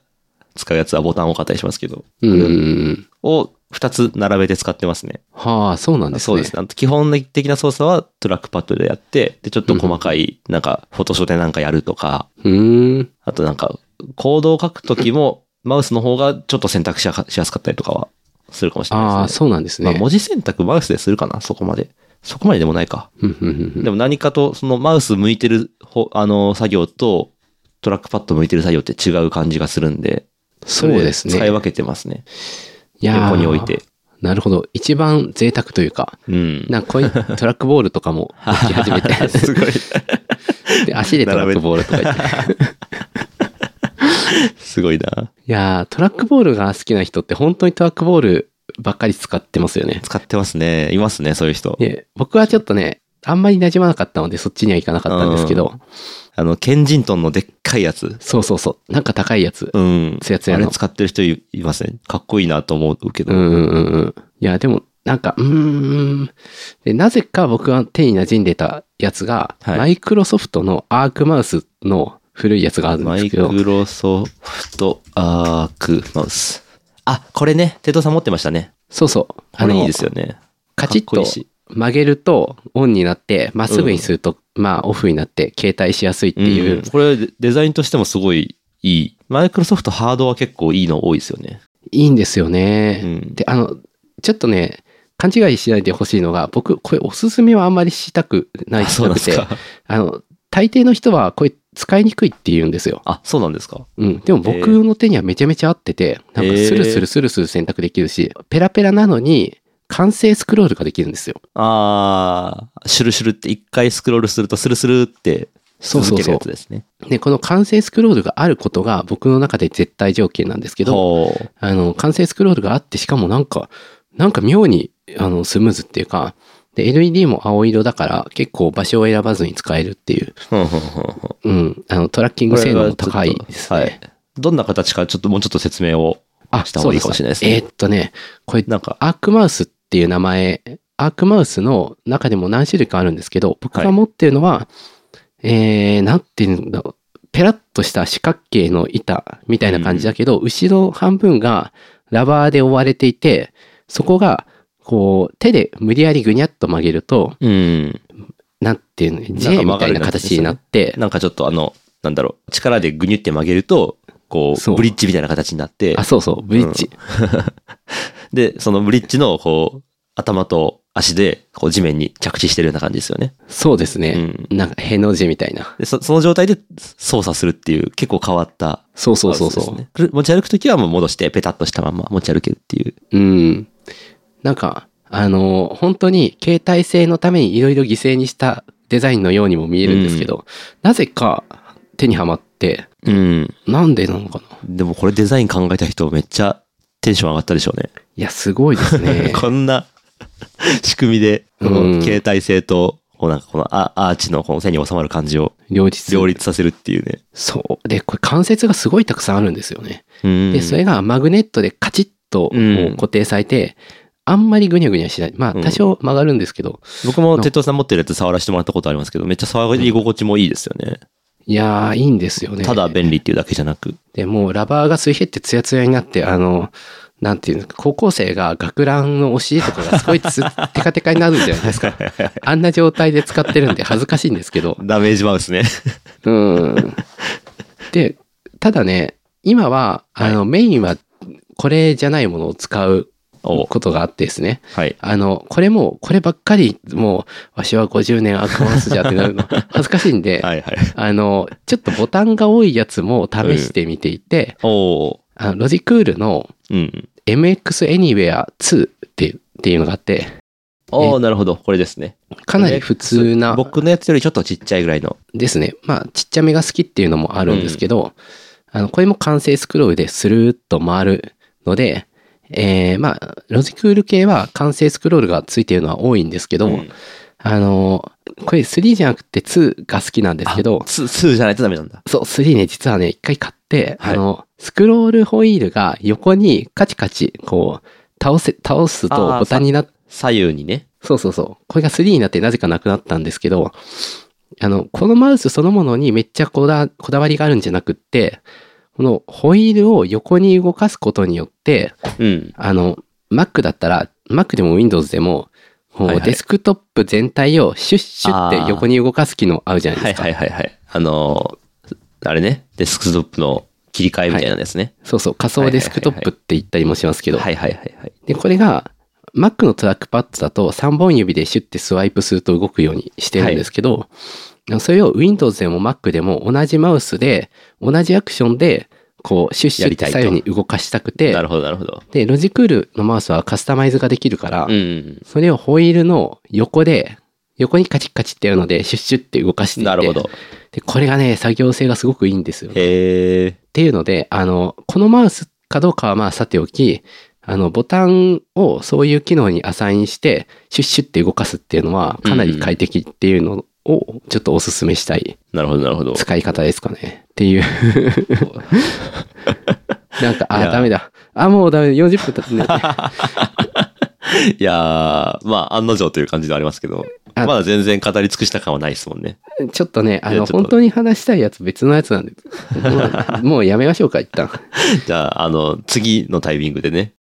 S1: 使うやつはボタン多かったりしますけど、
S2: うんうんうん。
S1: を2つ並べて使ってますね。
S2: はあ、そうなんですね。
S1: そうですね。あの基本的な操作はトラックパッドでやって、で、ちょっと細かい、なんか、フォトショーでなんかやるとか、
S2: うーん。
S1: あとなんか、コードを書くときも、マウスの方がちょっと選択しやしやすかったりとかはするかもしれ
S2: あ
S1: ない
S2: あ、
S1: ですね。
S2: そうなんです
S1: ま
S2: ね。
S1: あ、文字選択マウスでするかな、そこまで。そこまででもないか。
S2: うんうんうん
S1: でも何かと、そのマウス向いてるほ、あの、作業と、トラックパッド向いてる作業って違う感じがするんで、
S2: そうですね。
S1: れ使い分けてますね。
S2: いやー
S1: 横に置いて。
S2: なるほど。一番贅沢というか、
S1: うん。
S2: なんかこ ういうトラックボールとかも置き始め
S1: す
S2: て、
S1: ごい、
S2: で足でトラックボールとか言って。
S1: すごいな。
S2: いやー、トラックボールが好きな人って本当にトラックボールばっかり使ってますよね。
S1: 使ってますね。いますね、そういう人。
S2: で、僕はちょっとね、あんまり馴染まなかったのでそっちには行かなかったんですけど、
S1: あの、ケンジントンのでっかいやつ。
S2: そうそうそう、なんか高いやつ。
S1: うん。
S2: ツヤツヤ
S1: あ
S2: の
S1: れ使ってる人いいますね。かっこいいなと思うけど。
S2: うんうんうんうん。いや、でも、なんか、うーん。で、なぜか僕は手に馴染んでたやつが、
S1: はい
S2: マイクロソフトのアークマウスの古いやつがあるん
S1: マ
S2: です
S1: イ
S2: けど、
S1: クロソフトアークマウス。あ、これね、テトさん持ってましたね。
S2: そうそう。
S1: これいいですよね。
S2: カチッ
S1: かっこいい
S2: と
S1: し
S2: 曲げるとオンになって、まっすぐにすると、まあオフになって、携帯しやすいっていう、
S1: うんこれデデザインとしてもすごいいい。マイクロソフトハードは結構いいの多いですよね。
S2: いいんですよね。
S1: うん
S2: で、あの、ちょっとね、勘違いしないでほしいのが、僕、これおすすめはあんまりしたくない
S1: あ、そう
S2: しな
S1: なん
S2: く
S1: です
S2: て、
S1: か。
S2: あの、大抵の人はこれ使いにくいって言うんですよ。
S1: あ、そうなんですか。
S2: うん。でも僕の手にはめちゃめちゃ合ってて、なんかスルスルスルスル選択できるし、ペラペラなのに、完成スクロールができるんですよ。
S1: あー、シュルシュルって一回スクロールするとスルスルって
S2: そう
S1: 続
S2: そ
S1: ける
S2: うそ
S1: や
S2: う
S1: つ。ですね。
S2: で、この完成スクロールがあることが僕の中で絶対条件なんですけど、
S1: ほう
S2: あの、完成スクロールがあって、しかもなんか、なんか妙に、あの、スムーズっていうか、で、LED も青色だから、結構場所を選ばずに使えるっていう、
S1: ほうほうほうほう
S2: うん、あの、トラッキング性能も高いですね。
S1: はい。どんな形かちょっともうちょっと説明を
S2: あ、
S1: した方がいいかもしれないです
S2: そう
S1: ね。
S2: えーっとね、これ、
S1: なんか、
S2: アークマウスっていう名前、アークマウスの中でも何種類かあるんですけど、僕
S1: は
S2: が
S1: い
S2: 持ってるのは、えー、なんていうんだろう、ペラッとした四角形の板みたいな感じだけど、後ろ半分がラバーで覆われていて、そこが、こう、手で無理やりぐにゃっと曲げると、
S1: うん。
S2: なんていうの、
S1: なんか
S2: J
S1: 曲
S2: み
S1: が
S2: た
S1: る
S2: い
S1: よう
S2: な
S1: なやつですよ
S2: 形
S1: ね
S2: になって、
S1: なんかちょっとあの、なんだろう、力でぐにゅって曲げると、こ、
S2: そうう
S1: ブリッジみたいな形になって
S2: あ、、そうそう、ブリッジ。
S1: で、そのブリッジの、こう、頭と足で、こう、地面に着地してるような感じですよね。
S2: そうですね。
S1: う
S2: なんか、への字みたいな。
S1: で、そその状態で操作するっていう、結構変わった。
S2: そうそうそうそう。
S1: う。くる持ち歩くときはもう戻して、ペタッとしたまま持ち歩けるっていう。
S2: うん。なんか、あの、本当に携帯性のためにいろいろ犠牲にしたデザインのようにも見えるんですけど、なぜか手にはまって、
S1: うん。
S2: なんでなのかな
S1: でもこれデザイン考えた人めっちゃテンション上がったでしょうね。。
S2: いや、すごいですね
S1: こん な仕組みで、こ
S2: う
S1: の
S2: ん
S1: 携帯性と、こうなんかこのアアーチのこの背に収まる感じを
S2: 両立。
S1: 両立させるっていうね。
S2: そう。で、これ関節がすごいたくさんあるんですよね。
S1: うん
S2: で、それがマグネットでカチッとこう
S1: うん
S2: 固定されて、あんまりぐにゃぐにゃしない。まあ、
S1: うん
S2: 多少曲がるんですけど、
S1: 僕も鉄道さん持ってるやつ触らせてもらったことありますけど、めっちゃ触り心地もいいですよね。
S2: いやー、いいんですよね。
S1: ただ便利っていうだけじゃなく。
S2: で、もうラバーが水平ってツヤツヤになって、あの、なんていうのか、高校生が学ランのお尻とかがすご いつテカテカになるんじゃないですか。あんな状態で使ってるんで恥ずかしいんですけど。
S1: ダメージマウスね。
S2: うん。で、ただね、今は、あの、メインはこれじゃないものを使う
S1: お
S2: ことがあってですね。
S1: はい。
S2: あの、これも、こればっかり、もう、わしは50年アクマウスじゃって なるの恥ずかしいんで、
S1: はいはい。
S2: あの、ちょっとボタンが多いやつも試してみていて、
S1: おー
S2: あのロジクールの
S1: うん。
S2: MX Anywhere 2っていうっていうのがあって、
S1: おー
S2: え
S1: なるほど。これですね。
S2: かなり普通な
S1: 僕のやつよりちょっとちっちゃいぐらいの。
S2: ですね。まあ、ちっちゃめが好きっていうのもあるんですけど、あの、これも完成スクロールでするっと回るので、えー、まあ、ロジクール系は完成スクロールがついてるのは多いんですけど、
S1: うん
S2: あの、これ3じゃなくて2が好きなんですけど、
S1: ツーじゃないとダメなんだ。
S2: そう、3ね、実はね、一回買って、
S1: はい
S2: あの、スクロールホイールが横にカチカチ、こう、倒せ、倒す
S1: あー
S2: とボタンになっ
S1: 左右にね。
S2: そうそうそう。これが3になってなぜかなくなったんですけど、あの、このマウスそのものにめっちゃこだこだわりがあるんじゃなくって、このホイールを横に動かすことによって、
S1: うん。
S2: あの、Mac だったら、Mac でも Windows でも、こう
S1: はいはい
S2: デスクトップ全体をシュッシュッって横に動かす機能合うじゃない
S1: は
S2: で
S1: い
S2: すか。
S1: はいはいはい。あのーあれね。デスクトップの切り替えみたいなですね。
S2: そうそう、仮想デスクトップって言ったりもしますけど、
S1: はいはいはいはい。
S2: で、これが、Mac のトラックパッドだと3本指でシュッてスワイプすると動くようにしてるんですけど、それを Windows でも Mac でも同じマウスで、同じアクションで、こう、シュッシュ
S1: やり
S2: ッ
S1: た
S2: て
S1: いと
S2: 左右に動かしたくて
S1: な、るほどなるほど。
S2: で、ロジクールのマウスはカスタマイズができるから、
S1: うん。
S2: それをホイールの横で、横にカチッカチッってやるので、シュッシュッって動かしていて
S1: なるほど。
S2: で、これがね、作業性がすごくいいんですよね。
S1: へえ。
S2: っていうので、あの、このマウスかどうかはまあさておき、あの、ボタンをそういう機能にアサインして、シュッシュッって動かすっていうのは、かなり快適っていうのを、ちょっとお勧めしたい
S1: なるほどなるほ ど。
S2: 使い方ですかね。っ ていう。なんか、
S1: い
S2: あ、
S1: や
S2: ダメだ。あ、もうダメだ。40分経 ってない。
S1: いやー、まあ、案の定という感じではありますけど、ま
S2: あ
S1: だ全然語り尽くした感はないですもんね。
S2: ちょっとね、あ
S1: いや
S2: の、
S1: ちょっと
S2: 本当に話したいやつ別のやつな んで、もうもうやめましょうか、一旦。
S1: じゃあ、あの、次のタイミングでね、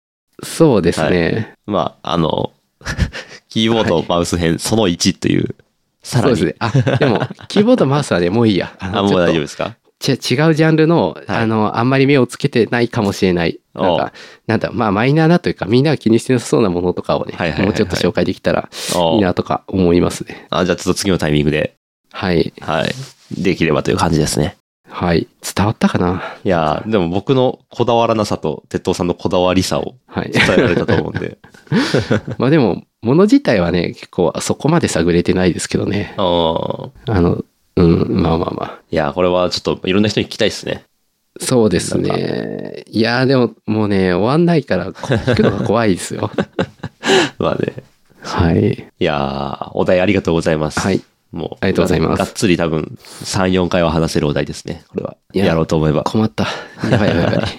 S2: そうですね。
S1: まあ、あの、 キーボード、マウス編、その1という、さ
S2: そ
S1: ら
S2: う
S1: に。
S2: ですね。あ、でも、キーボードマウスはね、もういいや。あ
S1: あ、
S2: の
S1: もう
S2: ちょっと
S1: 大丈夫ですか
S2: ち違うジャンルの、あの、あんまり目をつけてないかもしれない。な
S1: お
S2: ん
S1: う
S2: か、なんだ、まあ、マイナーなというか、みんなが気にしてなさそうなものとかをね
S1: はいはいはいは、い
S2: もうちょっと紹介できたらいい
S1: あ
S2: なとか思いますね。
S1: あ、じゃあ、ちょっと次のタイミングで、
S2: はい。
S1: はい、できればという感じですね。
S2: はい。伝わったかない
S1: やーでも僕のこだわらなさと、鉄道さんのこだわりさを
S2: はい。
S1: 伝えられたと思うん で。
S2: まあでも、物自体はね、結構そこまで探れてないですけどね。
S1: あー
S2: あの、うん、まあまあまあ。
S1: いやーこれはちょっといろんな人に聞きたいですね。
S2: そうですね。いやーでも、もうね、終わんないから、こ聞くのが怖いで すよ。
S1: まあね。
S2: はい。
S1: いやーお題ありがとうございます。
S2: はい。
S1: もう。
S2: ありがとうございます
S1: がっつり多分、3、4回は話せるお題ですね。これは。
S2: いや
S1: やろうと思えば。
S2: 困った。やばいやばいやばい。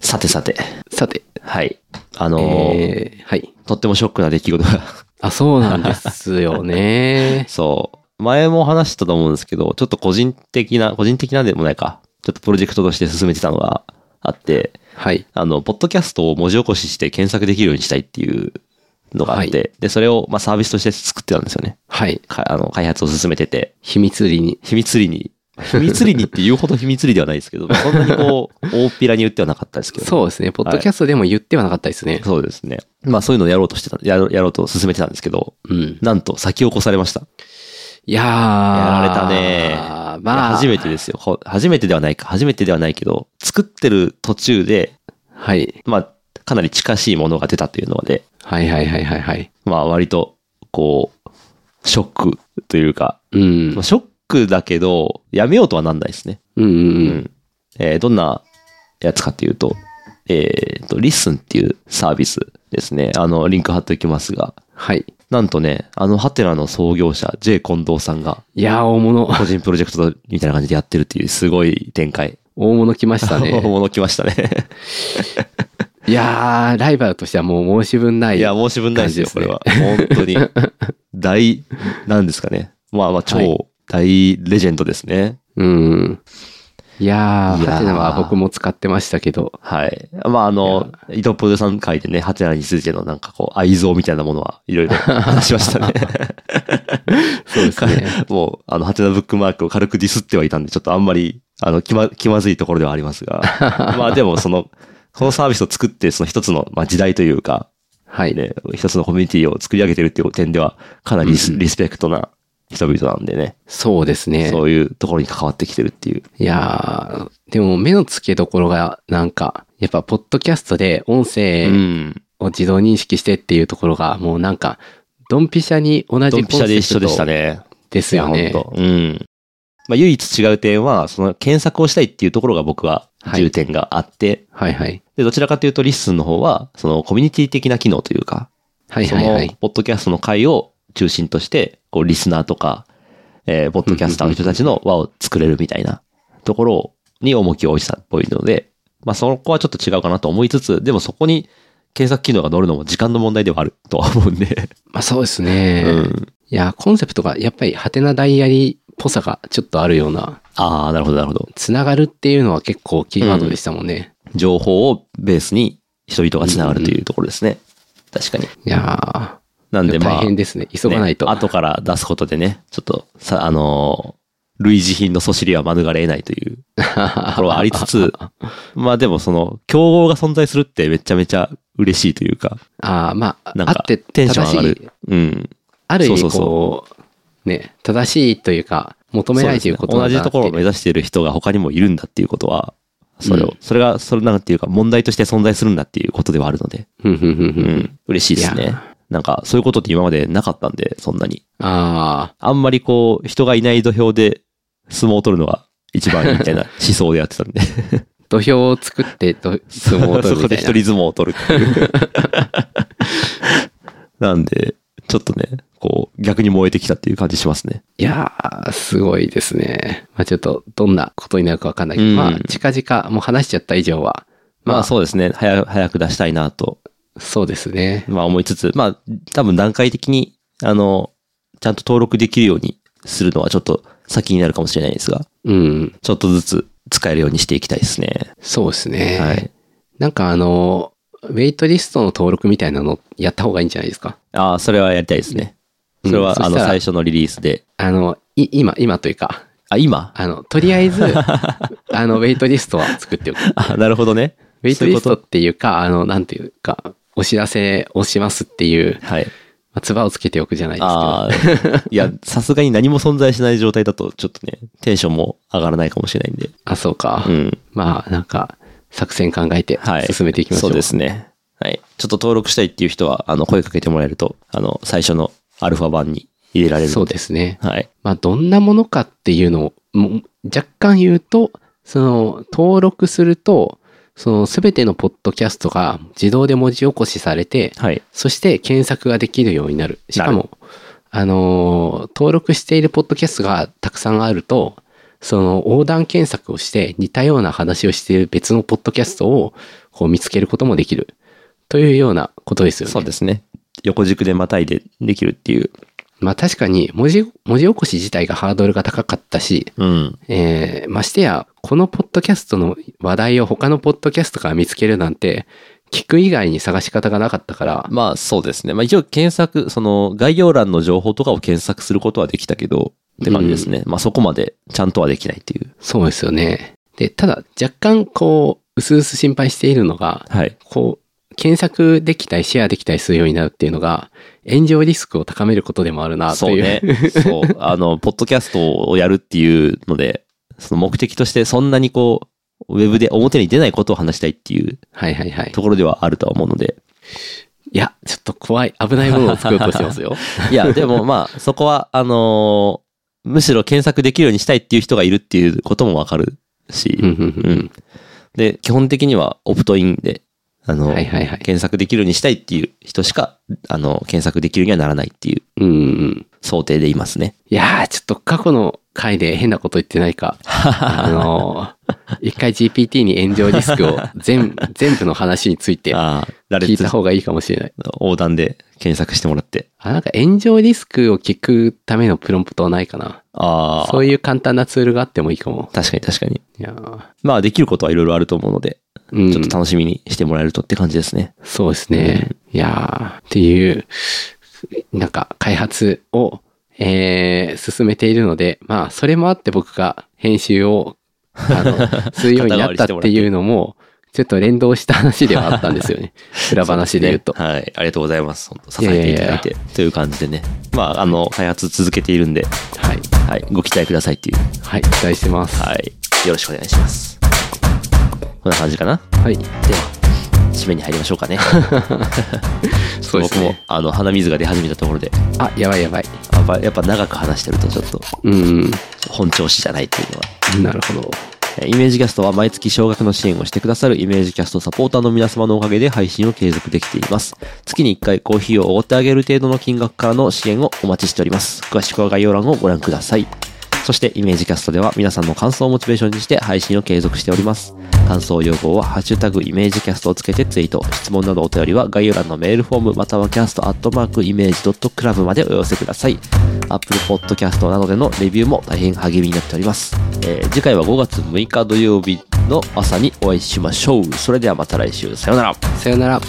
S1: さてさて。
S2: さて、
S1: はい。あのー
S2: えー、はい。
S1: とってもショックな出来事が。。
S2: あ、そうなんですよね
S1: そう。前も話したと思うんですけど、ちょっと個人的な、個人的なんでもないか。ちょっとプロジェクトとして進めてたのがあって、
S2: はい。
S1: あの、ポッドキャストを文字起こしして検索できるようにしたいっていうのがあって、で、それを、まあ、サービスとして作ってたんですよね。
S2: はい。
S1: かあの開発を進めてて。
S2: 秘密裏に。
S1: 秘密裏 に、秘密裏にって言うほど秘密裏ではないですけど、そんなにこ う、大っぴらに言ってはなかったですけど、
S2: そうですね。ポッドキャストでも言ってはなかったですね。
S1: そうですね。まあそういうのをやろうとしてた、やろやろうと進めてたんですけど、
S2: うん。
S1: なんと先を越されました。
S2: いやー。
S1: やられ
S2: や
S1: たね。
S2: まあ、
S1: 初めてですよ。ほ初めてではないか。初めてではないけど、作ってる途中で、
S2: はい。
S1: まあ、かなり近しいものが出たというので、
S2: はいはいはいはいはい。
S1: まあ割と、こう、ショックというか、
S2: うん
S1: まあ、。ショックだけど、やめようとはなんないですね。
S2: うんうん
S1: う
S2: う。
S1: んんえーどんなやつかっていうと、えっ、と、リッスンっていうサービスですね。あの、リンク貼っておきますが、
S2: はい。
S1: なんとね、あの、ハテナの創業者、J. 近藤さんが、
S2: いやー、大物。
S1: 個人プロジェクトみたいな感じでやってるっていう、すごい展開。
S2: 大物来ました ね。
S1: 物来ましたね。
S2: いやー、ライバルとしてはもう申し分ない。
S1: いや、申し分ないですよ、こ
S2: 感
S1: れ
S2: じですね
S1: は。本当に。 大、なんですかね。まあまあ、
S2: は
S1: 超大レジェンドですね。
S2: うん。いや
S1: い
S2: ー、
S1: やー
S2: ハテナは僕も使ってましたけど。
S1: はい。まあ、あの、伊藤プロさん会でね、ハテナについてのなんかこう、愛憎みたいなものはいろ いろ話しましたね。
S2: そうですね。
S1: もう、あの、ハテナブックマークを軽くディスってはいたんで、ちょっとあんまり、あの、気ま、気まずいところではあります が。まあでも、その、このサービスを作って、その一つの、まあ、時代というか、
S2: はい。
S1: ね、一つのコミュニティを作り上げてるっていう点では、かなりリス,、
S2: うんうん
S1: リスペクトな人々なんでね、
S2: そうですね。
S1: そういうところに関わってきてるっていう。
S2: いやー、でも目の付けどころが、なんか、やっぱ、ポッドキャストで音
S1: う
S2: 声
S1: ん。
S2: を自動認識してっていうところが、もうなんか、ドンピシャに同
S1: ド
S2: じ
S1: ンピ
S2: コ
S1: シャ
S2: ン
S1: で一
S2: セ
S1: 緒
S2: プ
S1: でした
S2: ト
S1: ね。
S2: ですよ
S1: いや
S2: ね。
S1: 本当うん。まあ、唯一違う点は、その検索をしたいっていうところが僕は重点があって、
S2: はいはい。
S1: で、どちらかというとリッスンの方は、そのコミュニティ的な機能というか、
S2: はい
S1: そ
S2: はいは
S1: の
S2: い。
S1: ポッドキャストの会を中心として、こう、リスナーとか、えーポッドキャスターの人たちの輪を作れるみたいなところに重きを置いてたっぽいので、まあ、そこはちょっと違うかなと思いつつ、でもそこに検索機能が乗るのも時間の問題ではあるとは思うんで、
S2: まあそうですね。
S1: うん。
S2: いやー、コンセプトが、やっぱり、ハテナダイアリーっぽさがちょっとあるような、
S1: ああ、なるほど、なるほど。
S2: つながるっていうのは結構キーワードでしたもんね。
S1: 情報をベースに人々が繋がるというところですね。確かに。
S2: いや
S1: なんで
S2: ー、
S1: ま
S2: 大
S1: あ、
S2: 変ですね。急がないと。
S1: ね 後から出すことでね、ちょっと、さ、あのー類似品のそしりは免れないというところはありつ つ、まあでもその、競合が存在するってめちゃめちゃ嬉しいというか、
S2: ああ、まあ、
S1: なん
S2: あ
S1: か
S2: って、
S1: テンション上が
S2: 正しい
S1: る。うん。
S2: ある意味
S1: そう
S2: こう
S1: そう
S2: ね、正しいというか、求められていること
S1: そうですね同じ
S2: なん
S1: と
S2: だ
S1: ころを
S2: って
S1: 目指している人が他にもいるんだっていうことは、それを、
S2: うん
S1: それが、それなんていうか問題として存在するんだっていうことではあるので、
S2: ふんふんふんふ
S1: うんん、嬉しいです
S2: い
S1: ね
S2: や。
S1: なんか、そういうことって今までなかったんで、そんなに。
S2: あ
S1: あんまりこう、人がいない土俵で相撲を取るのが一番いいみたいな思想でやってたんで。
S2: あ、土俵を作ってど、相撲を取る
S1: そ
S2: み
S1: こ
S2: た
S1: で
S2: い
S1: 一
S2: な。
S1: 人相撲を取るって いう。なんで、ちょっとね、こう、逆に燃えてきたっていう感じしますね。
S2: いやー、すごいですね。まあちょっと、どんなことになるかわかんないけど、
S1: うん
S2: まあ、近々、もう話しちゃった以上は、
S1: ま
S2: ま
S1: あ
S2: あ、
S1: そうですね、早早く出したいなと、
S2: そうですね。
S1: まあ思いつつ、まあ多分段階的に、あの、ちゃんと登録できるようにするのはちょっと先になるかもしれないですが、
S2: うん、
S1: ちょっとずつ使えるようにしていきたいですね。
S2: そうですね。
S1: はい。
S2: なんかあの、ウェイトリストの登録みたいなのやった方がいいんじゃないですか。
S1: ああ、それはやりたいですね。
S2: う
S1: それ
S2: ん
S1: は、
S2: そ
S1: あ
S2: した
S1: の、
S2: ら
S1: 最初のリリースで。
S2: あの、い今、今というか、
S1: あ、今
S2: あの、とりあ えず、あの、ウェイトリストは作っておく。
S1: あ、なるほどね。
S2: ウェイトリス
S1: そうい
S2: ト
S1: うこ
S2: っていうか、あの、なんていうか、お知らせをしますっていう
S1: とはい。
S2: あ、唾をつけておくじゃないですけど
S1: ああ、いや、さすがに何も存在しない状態だと、ちょっとね、テンションも上がらないかもしれないんで。
S2: あ、そうか。
S1: うん。
S2: まあ、なんか、作戦考えて
S1: はい。
S2: 進めていきましょう。
S1: そうですね。はい。ちょっと登録したいっていう人は、あの、声かけてもらえると、あの、最初のアルファ版に入れられる
S2: そう
S1: の
S2: ですね。
S1: はい。
S2: まあ、どんなものかっていうのを、もう若干言うと、その、登録すると、その、すべてのポッドキャストが自動で文字起こしされて、
S1: はい。
S2: そして検索ができるようになる。しか
S1: な
S2: も、あのー登録しているポッドキャストがたくさんあると、その横断検索をして似たような話をしている別のポッドキャストをこう見つけることもできる。というようなことですよね。
S1: そうですね。横軸でまたいでできるっていう。
S2: まあ確かに文字、文字起こし自体がハードルが高かったし、
S1: うん。
S2: えーましてや、このポッドキャストの話題を他のポッドキャストから見つけるなんて、聞く以外に探し方がなかったから、
S1: まあそうですね。まあ一応検索、その概要欄の情報とかを検索することはできたけど、って感じですね。まあそこまでちゃんとはできないっていう。
S2: そうですよね。で、ただ若干こう、薄々心配しているのが、
S1: はい。
S2: こう、検索できたりシェアできたりするようになるっていうのが、炎上リスクを高めることでもあるなと
S1: そう
S2: いう。
S1: ね。そう。あ の、ポッドキャストをやるっていうので、その目的としてそんなにこう、ウェブで表に出ないことを話したいっていう
S2: はいはいはい。
S1: ところではあるとは思うので。
S2: いや、ちょっと怖い、危ないものを作ろうとしてますよ。
S1: い や、でもまあ、そこは、あのーむしろ検索できるようにしたいっていう人がいるっていうこともわかるし、
S2: うんうんうんうん
S1: で、基本的にはオプトインで、あの、
S2: はいはいはい
S1: 検索できるようにしたいっていう人しか、あの、検索できるにはならないっていう
S2: うんうん。
S1: 想定でいますね。
S2: いやー、ちょっと過去の回で変なこと言ってないか。あのー一回 GPT に炎上リスクを全、全部の話について
S1: ああ、羅
S2: 聞い
S1: 列
S2: た方がいいかもしれない。
S1: 横断で検索してもらって。
S2: あ、なんか炎上リスクを聞くためのプロンプトはないかな。
S1: ああ、
S2: そういう簡単なツールがあってもいいかも。
S1: 確かに確かに。
S2: いやー
S1: まあ、できることはいろいろあると思うので、
S2: うん、
S1: ちょっと楽しみにしてもらえるとって感じですね。
S2: そうですね。いやーっていう、なんか開発を、えー、進めているので、まあ、それもあって僕が編集を、あ の、するようになったっていうのも、ちょっと連動した話ではあったんです よね。裏話で言うと。
S1: ねはい。ありがとうございます。本当支えていただいてという感じでね。まあ、あの、開発続けているんで、
S2: はい。
S1: はい。ご期待くださいっていう。
S2: はい、期待してます。
S1: はい。よろしくお願いします。こんな感じかな。
S2: はい。
S1: では、締めに入りましょうか ね。
S2: そうです
S1: 僕も
S2: ね。、
S1: あの、鼻水が出始めたところで、
S2: あ、やばいやばい。
S1: やっぱやっぱ長く話してるとちょっと
S2: うん。
S1: 本調子じゃないっていうのは。
S2: なるほど。
S1: えーイメージキャストは毎月少額の支援をしてくださるイメージキャストサポーターの皆様のおかげで配信を継続できています。月に1回コーヒーをおごってあげる程度の金額からの支援をお待ちしております。詳しくは概要欄をご覧ください。そしてイメージキャストでは皆さんの感想をモチベーションにして配信を継続しております。感想要望はハッシュタグイメージキャストをつけてツイート。質問などお便りは概要欄のメールフォームまたはキャストアットマークイメージドットクラブまでお寄せください。Apple Podcast などでのレビューも大変励みになっております。えー次回は5月6日土曜日の朝にお会いしましょう。それではまた来週。さようなら。
S2: さよなら。